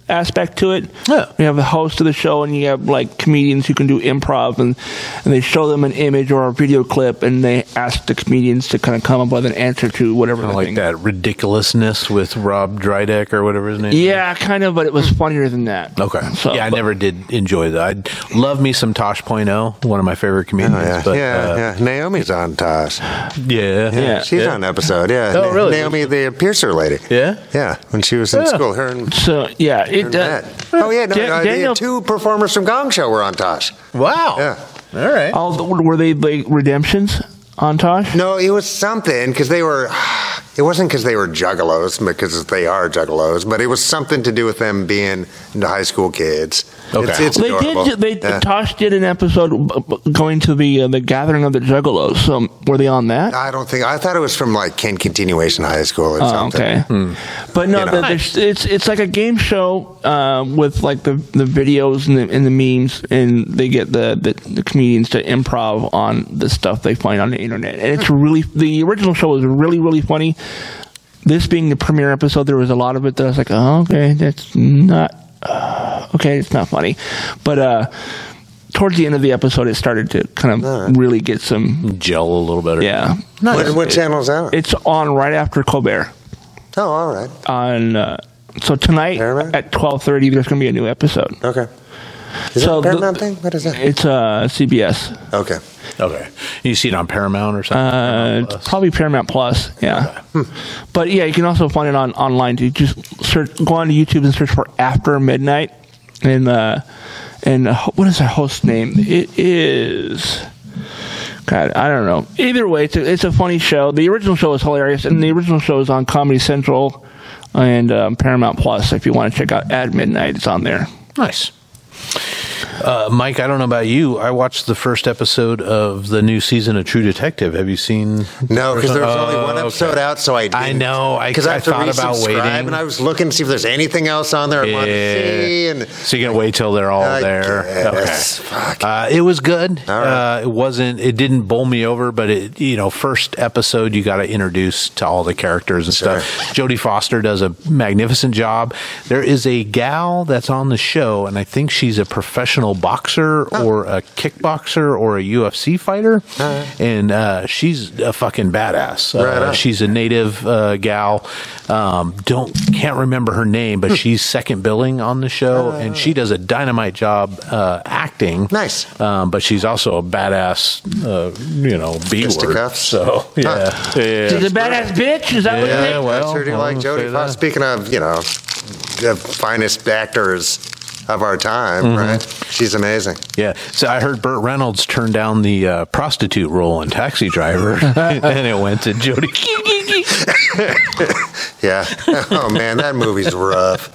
aspect to it. Yeah. You have the host of the show, and you have like comedians who can do improv, and, and they show them an image or a video clip, and they ask the comedians to kind of come up with an answer to whatever. Kinda the like thing. that ridiculousness with Rob Dyrdek or whatever his name. is. Yeah, kind of, but it was funnier than that. Okay. So, yeah, I but- never did enjoy that. I love me some Tosh.0, one of my favorite comedians. Oh, yeah. But, yeah, uh, yeah. Naomi's on Tosh. yeah. Yeah, Yeah. she's Yeah. on an episode. Yeah. Oh, really? Naomi, the piercer lady. Yeah? Yeah. When she was in Yeah. school, her and. So yeah, her it. and Uh, Matt. Oh yeah, no, Dan- no, Daniel- the two performers from Gong Show were on Tosh. Wow. Yeah. All right. all the- were they like redemptions on Tosh? No, it was something because they were. It wasn't because they were juggalos because they are juggalos, but it was something to do with them being the high school kids. Okay. It's, it's They adorable. did. They Yeah. Tosh did an episode b- b- going to the uh, the gathering of the Juggalos. So were they on that? I don't think. I thought it was from like Kent Continuation High School or Oh, something. okay. But no, Hmm. You know. the, there's it's it's like a game show uh, with like the, the videos and the, and the memes, and they get the, the, the comedians to improv on the stuff they find on the internet. And it's really the original show was really really funny. This being the premiere episode, there was a lot of it that I was like, oh, okay, that's not uh, okay, it's not funny. But uh, towards the end of the episode, it started to kind of really get some Gel a little better. yeah. What, what channel's that? on? It's on right after Colbert oh, all right. on uh, so tonight Paramount? at twelve thirty. There's going to be a new episode. Okay. Is So that the- Paramount thing? What is that? It's uh, CBS, Okay. Okay. You see it on Paramount or something? uh, Paramount it's Plus? probably Paramount Plus. Yeah, but yeah, you can also find it on online. You just search, go on to YouTube and search for After Midnight, and uh, and uh, what is the host name? It is. God, I don't know. Either way, it's a, it's a funny show. The original show is hilarious, and the original show is on Comedy Central and um, Paramount Plus. If you want to check out At Midnight, it's on there. Nice. Uh, Mike, I don't know about you. I watched the first episode of the new season of True Detective. Have you seen? No, because there was only one Oh, okay. episode out, so I didn't. I know. I- because I, I have to thought about resubscribe, waiting. and I was looking to see if there's anything else on there I want to see. And so you're gonna wait till they're all I there. guess. Fuck. Uh, it was good. All right. Uh, it wasn't. It didn't bowl me over, but it you know first episode you got to introduce to all the characters and Sure. stuff. Jodie Foster does a magnificent job. There is a gal that's on the show, and I think she's a professional boxer Oh. or a kickboxer or a UFC fighter, and uh, she's a fucking badass. Right Uh, on. she's a native uh, gal. Um, don't can't remember her name, Hmm. but she's second billing on the show, Uh. and she does a dynamite job uh, acting. Nice. Um, but she's also a badass, uh, you know, B word. Fisticuffs. So yeah, Huh. yeah. She's a badass bitch. Is that what Yeah, it is? well, I sure do I'll like say Jodie that. Foster. Speaking of, you know, the finest actors of our time, Mm-hmm. right? She's amazing. Yeah. So I heard Burt Reynolds turned down the uh, prostitute role in Taxi Driver, and it went to Jodie. Frankie. yeah. Oh man, that movie's rough.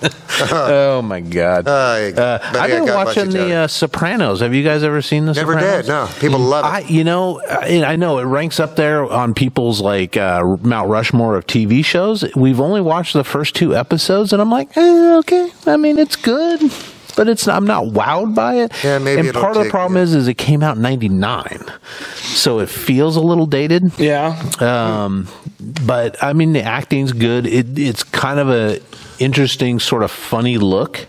oh my God! Uh, but Uh, I've yeah, God been bless watching each the other. uh, Sopranos. Have you guys ever seen the Never Sopranos? Mm. did. No, people love it. I, you know, I, I know it ranks up there on people's like uh, Mount Rushmore of TV shows. We've only watched the first two episodes, and I'm like, eh, okay. I mean, it's good, but it's I'm not wowed by it. Yeah, maybe And it'll part of the take- problem is, is it came out in '99, so it feels a little dated. yeah. Um, but I mean, the acting's good. It, it's kind of a interesting sort of funny look.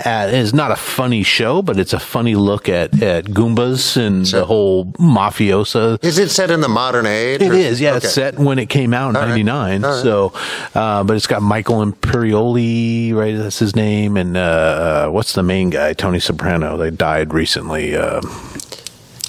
At, it's not a funny show, but it's a funny look at, at Goombas and the whole mafiosa. Is it set in the modern age? It or- is, yeah. It's Okay. set when it came out in All right. '99. All right. So, uh, but it's got Michael Imperioli, right? That's his name. And uh, what's the main guy? Tony Soprano. They died recently. Uh, God,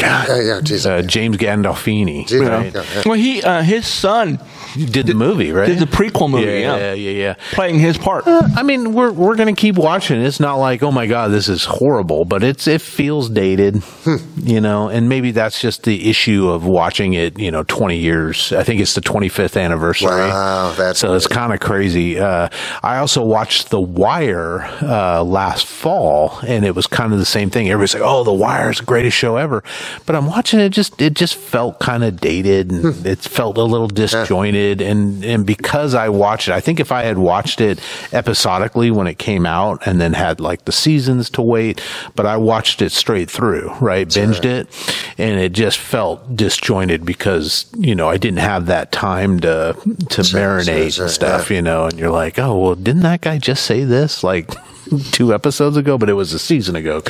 Ah, Yeah, yeah, Jesus. uh, James Gandolfini Jesus. Yeah. Yeah, yeah. Well, he uh, his son did the movie, right? did the prequel movie. yeah, Yeah, yeah, yeah, yeah. playing his part. Uh, I mean, we're we're gonna keep watching. It's not like, oh my god, this is horrible, but it's it feels dated, Hmm. you know. And maybe that's just the issue of watching it. You know, twenty years. I think it's the twenty fifth anniversary. Wow, that's so it's kind of crazy. Uh, I also watched The Wire uh, last fall, and it was kind of the same thing. Everybody's like, "Oh, The Wire's the greatest show ever," but I'm watching it just it just felt kind of dated, and it felt a little disjointed. And and because I watched it, I think if I had watched it episodically when it came out, and then had like the seasons to wait, but I watched it straight through, right, binged it, and it just felt disjointed because you know I didn't have that time to to marinate sure, and sure, stuff, yeah. you know, and you're like, oh, well, didn't that guy just say this like two episodes ago? But it was a season ago.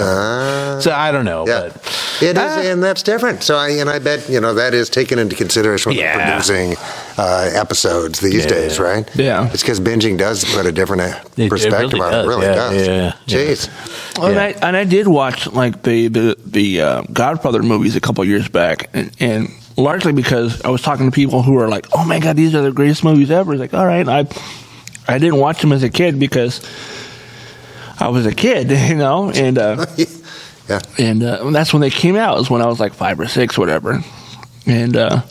so I don't know. Ah. Yeah, But it is, Ah. and that's different. So, I, and I bet you know that is taken into consideration when Yeah. producing uh, episodes these Yeah. days, right? Yeah. it's because binging does put a different uh, It- it perspective really on does, it. Really yeah, does. yeah, yeah. Jeez, Well, Yeah. Oh, and, I, and I did watch like the the, the uh, Godfather movies a couple years back, and, and largely because I was talking to people who were like, "Oh my god, these are the greatest movies ever." It's like, all right, I I didn't watch them as a kid because I was a kid, you know, and uh, yeah. and uh, that's when they came out. Is when I was like five or six, whatever, and uh,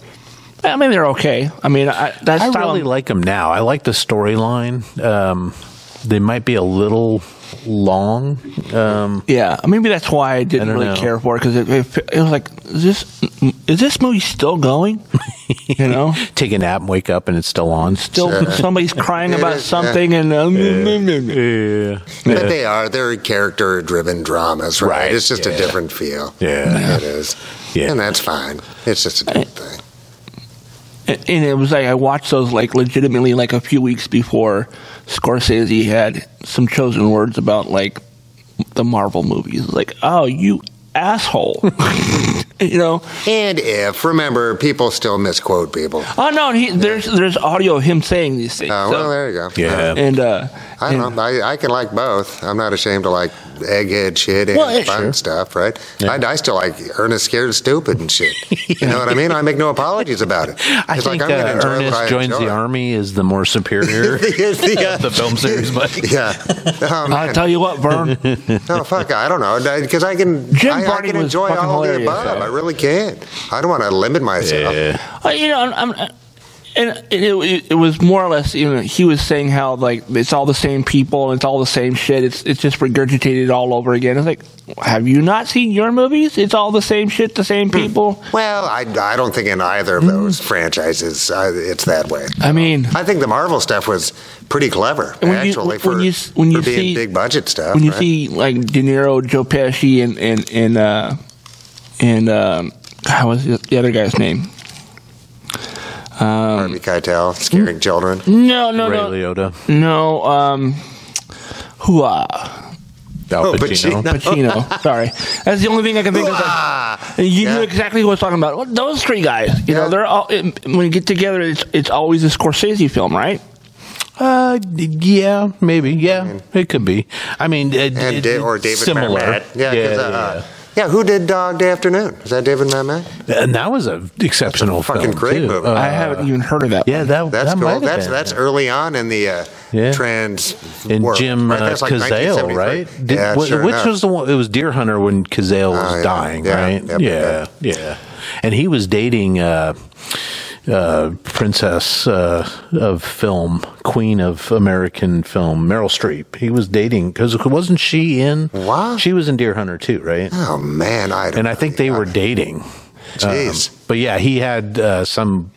I mean they're okay. I mean, I, that I style really like them now. I like the storyline. Um, they might be a little long. Um, Yeah, maybe that's why I didn't don't really know. care for it because it, it, it was like, is this is this movie still going? You know, take a nap, and wake up, and it's still on. still somebody's crying It about is, yeah. something, and uh, Yeah. But they are they're character driven dramas, right? Right, It's just yeah. a different feel. Yeah. it is. Yeah. and that's fine. It's just a different thing. and and it was like I watched those like legitimately like a few weeks before Scorsese had some chosen words about like the Marvel movies, like oh you asshole, you know. And if remember, people still misquote people. Oh no, he, there's there's audio of him saying these things. Uh, so- well, there you go. Yeah. and uh, I and- don't know. I, I can like both. I'm not ashamed to like egghead shit and Well, yeah, fun sure. stuff, right? I, I still like Ernest Scared Stupid and shit. You know what I mean? I make no apologies about it. I It's think I'm gonna uh, enjoy what I Ernest joins enjoy. the army is the more superior It's the, uh, of the film series, but yeah. Oh, I'll man. tell you what, Vern. No, fuck. I don't know. Because I can, Jim I, I Varney can was enjoy fucking all of the hilarious, above. though. I really can. I don't want to limit myself. Uh, you know, I'm, I'm- and it, it, it was more or less, you know, he was saying how like it's all the same people and it's all the same shit. It's it's just regurgitated all over again. It's like, have you not seen your movies? It's all the same shit, the same people. Well, I, I don't think in either of those franchises I, it's that way. I mean, I think the Marvel stuff was pretty clever, And when you- actually, when for, you s- when you for being see- big budget stuff. when you right? see like De Niro, Joe Pesci, and and and uh, and um, how was the the other guy's name? Um, Harvey hmm? Keitel scaring children. No, no, Ray no, Liotta, no. Um, hooah, Al Oh, Pacino. Pacino. Pacino. Sorry, that's the only thing I can think of. Ah! You Yeah. knew exactly what I was talking about. Well, Those three guys, you Yeah. know, they're all it, when you get together, it's it's always a Scorsese film, right? Uh, d- yeah, maybe. Yeah, it could be. I mean, it, And it- Da- or David similar. Mamet. Yeah, Yeah, 'cause, yeah. uh, yeah, who did Dog Day Afternoon? Is that David Mamet? and that was an exceptional fucking film, great too. movie. Uh, I haven't even heard of that. yeah, that That's that might cool. have That's been. that's early on in the uh, Yeah. trans and world, Jim right? uh, That's like Cazale, 1973. right? Did- yeah, wh- sure which enough. Uh, was the one? It was Deer Hunter when Cazale was yeah. dying, Yeah. right? Yep, yeah, yeah, and he was dating. Uh, uh, princess uh, of film, queen of American film, Meryl Streep. He was dating because wasn't she in? Wow. She was in Deer Hunter too, right? Oh man, I don't And I think they were dating. Jeez. Um, but yeah, he had uh, some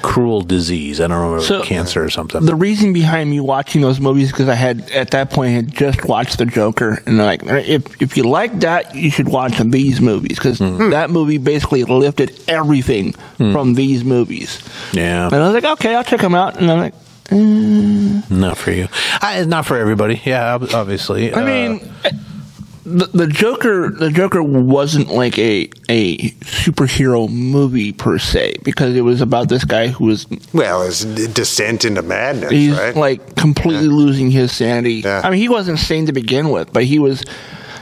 cruel disease. I don't remember So- cancer or something. The reason behind me watching those movies because I had at that point I had just watched The Joker and like if if you like that you should watch these movies because Hmm. that movie basically lifted everything from these movies. yeah, And I was like, okay, I'll check them out. And I'm like, not for you. I, not for everybody. Yeah, ob- obviously. I Uh, mean, the, the Joker, the Joker wasn't like a a superhero movie per se because it was about this guy who was Well, it's d- descent into madness, he's right? like completely losing his sanity. Yeah. I mean, he wasn't sane to begin with, but he was.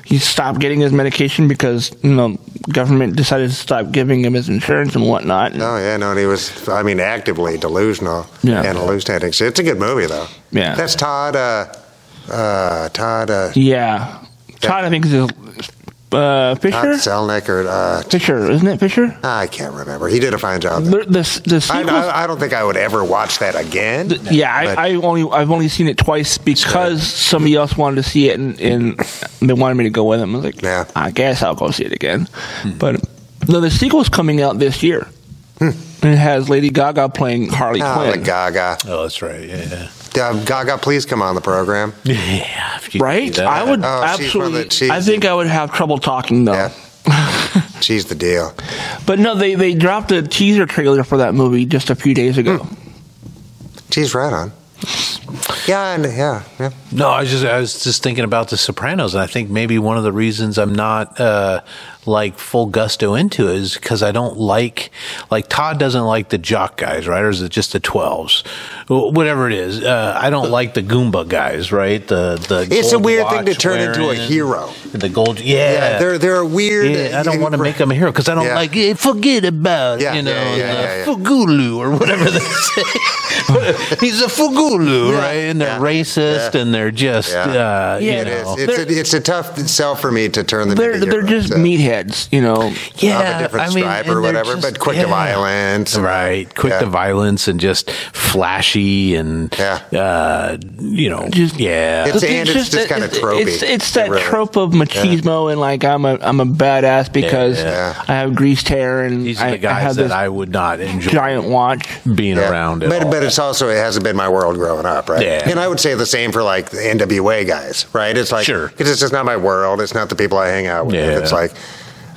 He stopped getting his medication because you know government decided to stop giving him his insurance and whatnot. oh yeah, no, and he was. I mean, actively delusional Yeah. and hallucinating. So it's a good movie though. Yeah. that's Todd. Uh, uh, Todd. Uh, Yeah, Todd, I think is uh, Todd Fisher. Selleck or uh, Fisher, isn't it Fisher? I can't remember. He did a fine job. The the, the I, sequels, I, I don't think I would ever watch that again. yeah, but- I, I only I've only seen it twice because somebody else wanted to see it and, and they wanted me to go with them. I was like, Yeah. Hmm. I guess I'll go see it again. But no, the sequel's coming out this year. It has Lady Gaga playing Harley Oh, the Quinn, Gaga. oh, that's right. Yeah, Uh, Gaga, please come on the program. yeah. if you could right? do that. I would Oh, she's one of the- absolutely. she's- I think I would have trouble talking though. Yeah. She's the deal. But no, they they dropped a teaser trailer for that movie just a few days ago. Hmm. She's right on. Yeah, and yeah, yeah. No, I was just I was just thinking about The Sopranos, and I think maybe one of the reasons I'm not uh, like full gusto into it is because I don't like like Todd doesn't like the jock guys, right? Or is it just the twelves, Wh- whatever it is? Uh, I don't like the Goomba guys, right? The the It's a gold weird thing to watch turn into a wearing, hero. The gold, yeah. Yeah, they're they're a weird. Yeah, I don't want to make them a hero because I don't Yeah. like eh, forget about Yeah, you know yeah, yeah, the yeah, yeah. Fugulu or whatever they say. He's a Fugulu, right? And they're yeah, racist yeah. and they're just Yeah. uh, Yeah. you It is. know. It's a, it's a tough sell for me to turn them. They're into they're heroes, just so. meatheads, you know. Of a different stripe or and they're whatever, but quick to violence. right? Quick Yeah. to violence and just flashy and Yeah. uh, you know, Just- yeah. It's- and it's just that- kinda tropey. It's, it's It that really is. trope of machismo and like I'm a I'm a badass because Yeah. I have greased hair and These I, are the I have guys this that I would not enjoy giant watch. being Yeah. around. At But all. but it's also it hasn't been my world growing up, right? Yeah. And I would say the same for like the NWA guys, right? It's like Sure. 'cause it's just not my world. It's not the people I hang out with. Yeah. It's like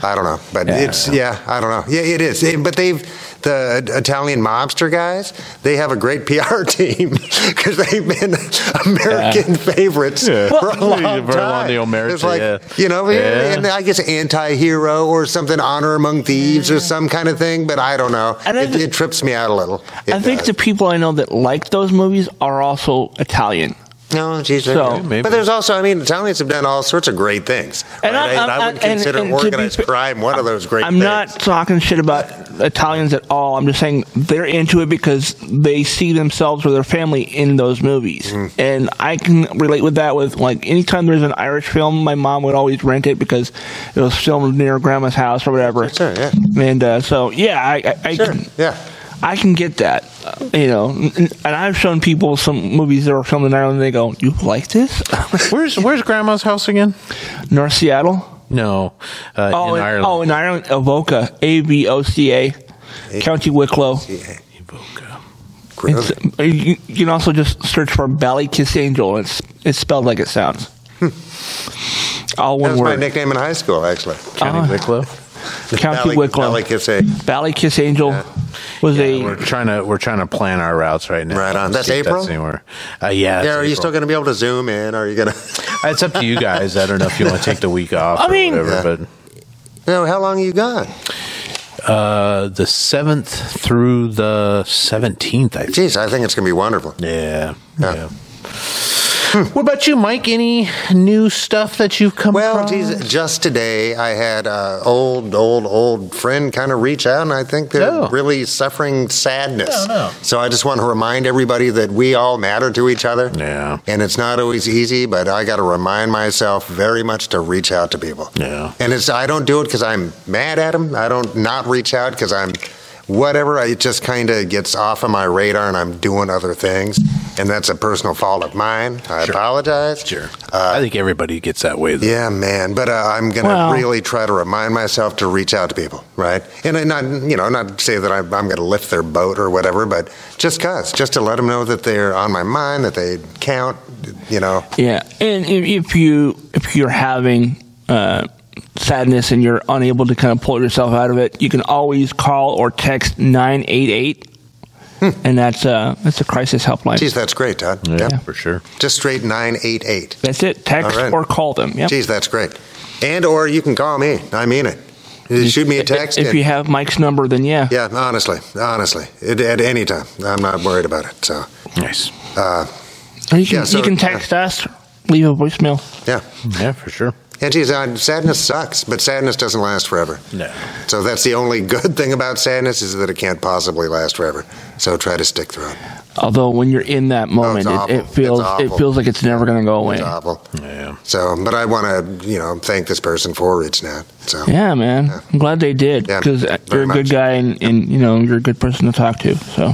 I don't know, but Yeah. it's yeah, I don't know. Yeah, it is. It- but they've the Italian mobster guys. They have a great PR team because they've been American favorites Yeah. for a long Yeah, time. for a long deal, America, it's like yeah. you know, Yeah. and I guess anti-hero or something, honor among thieves or some kind of thing. But I don't know. And I it, thi- it trips me out a little. It I think does. the people I know that like those movies are also Italian. No, geez, So- okay. Maybe. but there's also, I mean, Italians have done all sorts of great things. And right? I- And I'm- I wouldn't I'm- and- consider and to be organized fa- crime one of those great I'm things. not talking shit about Italians at all. I'm just saying they're into it because they see themselves or their family in those movies. Mm. And I can relate with that with like anytime there's an Irish film, my mom would always rent it because it was filmed near grandma's house or whatever. Sure, yeah. And uh, so yeah, I I, I Sure, can, yeah. I can get that. uh, You know, and I've shown people some movies that were filmed in Ireland and they go, "You like this?" where's where's Grandma's house again? North Seattle. No, uh, Oh, in Ireland. Oh, in Ireland, Avoca, A V O C A, County Wicklow. Evoca. Gross. It's- you you can also just search for Bally Kiss Angel. It's it's spelled like it sounds. All That one was my word. nickname in high school, actually. County Oh. Wicklow. County Ballyc- Wicklow. Ballycassie. Bally Kiss Angel was We're a. trying to we're trying to plan our routes right now. Right on. That's See if April? anywhere. Uh, yeah. Yeah, are you still Gonna- going to be able to zoom in? Or are you going to? it's up to you guys. I don't know if you want to take the week off. I or mean- whatever, No, how long are you gone? but uh, the seventh through the seventeenth, I think. Jeez, I think it's going to be wonderful. Yeah. Yeah. Yeah. What about you, Mike? Any new stuff that you've come Well, across? geez, just today I had an old, old, old friend kind of reach out, and I think they're Oh. really suffering sadness. Oh, no. So I just want to remind everybody that we all matter to each other. Yeah. And it's not always easy, but I got to remind myself very much to reach out to people. Yeah. And it's I don't do it because I'm mad at them. I don't not reach out because I'm whatever. I- It just kind of gets off of my radar, and I'm doing other things, and that's a personal fault of mine. I apologize. Sure. I think everybody gets that way. Though. uh, Yeah, man. But uh, I'm going to Well- really try to remind myself to reach out to people, right? And I not, you know, not say that I'm, I'm going to lift their boat or whatever, but just cause, just to let them know that they're on my mind, that they count, you know. Yeah, and if, if you if you're having uh, sadness and you're unable to kind of pull yourself out of it, you can always call or text nine eight eight, Hmm. and that's uh that's a crisis helpline. Geez, that's great, Todd. Yeah, Yep. for sure. Just straight 988. That's it. Text All right. or call them. Yep. Geez, that's great. And or you can call me. I mean it. Shoot me a text. If and- you have Mike's number, then yeah. yeah, honestly, honestly, it, at any time, I'm not worried about it. So, Nice. uh, Or you can, Yeah, so- you can text us, leave a voicemail. yeah. Yeah, for sure. And geez, uh, sadness sucks, but sadness doesn't last forever. No. So that's the only good thing about sadness is that it can't possibly last forever. So try to stick through it. Although when you're in that moment, it, awful. it feels Oh, It's it awful. feels like it's never going to go away. It's awful. Yeah. So, but I want to, you know, thank this person for reaching out. So Yeah, man. Yeah. I'm glad they did Yeah, because you're very a good much. guy and, and you know you're a good person to talk to. So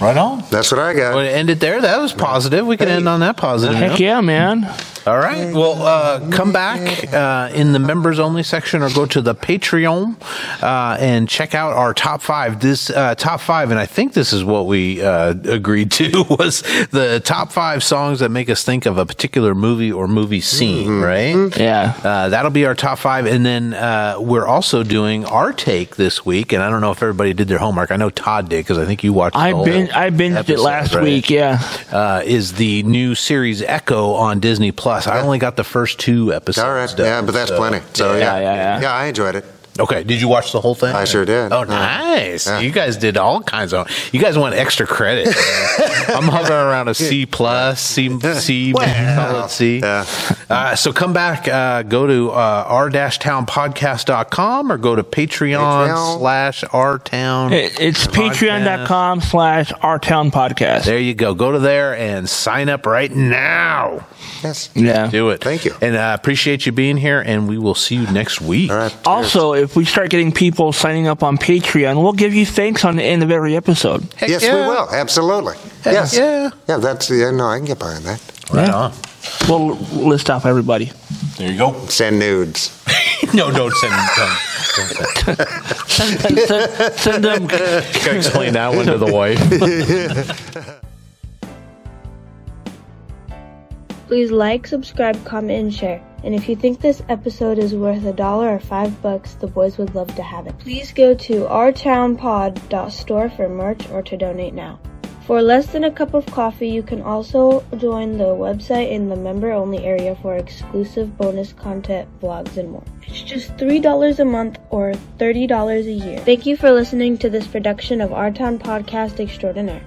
Right on. that's what I Well, got. it ended there. That was positive. We can end on that positive. heck note. yeah, man. All right. Well, uh, come back uh, in the members only section or go to the Patreon uh, and check out our top five. This uh, top five, and I think this is what we uh, agreed to, was the top five songs that make us think of a particular movie or movie scene, right? Yeah. Uh, that'll be our top five. And then uh, we're also doing our take this week. And I don't know if everybody did their homework. I know Todd did because I think you watched I the whole bin- I binged it episode, last right? week. Yeah, uh, is the new series Echo on Disney Plus. I only got the first two episodes. All right. done, Yeah, but that's so- plenty. So yeah, Yeah, yeah, yeah. yeah, I enjoyed it. Okay, did you watch the whole thing? I sure did. Oh, Yeah. nice! Yeah. You guys did all kinds of. You guys want extra credit. I'm hovering around a C plus, C, C, solid C. Yeah. Uh, so come back. Uh, go to uh, r-townpodcast.com or go to Patreon, Patreon. slash r town. It- it's Podcast. patreon.com slash our town podcast. There you go. Go to there and sign up right now. Yes. Yeah. Do it. Thank you. And I appreciate you being here, and we will see you next week. All right. Also, if we start getting people signing up on Patreon, we'll give you thanks on the end of every episode. Heck Yes, yeah. we will. Absolutely. Heck yes. yeah. Yeah, that's yeah, no, I can get behind that. Right Yeah. on. We'll list off everybody. There you go. Send nudes. no, don't send him. Don't Send, send- send them. Gotta explain that one to the wife. Please like, subscribe, comment, and share. And if you think this episode is worth a dollar or five bucks, the boys would love to have it. Please go to ourtownpod.store for merch or to donate now. For less than a cup of coffee, you can also join the website in the member only area for exclusive bonus content, vlogs, and more. It's just $3 a month or $30 a year. Thank you for listening to this production of Our Town Podcast Extraordinaire.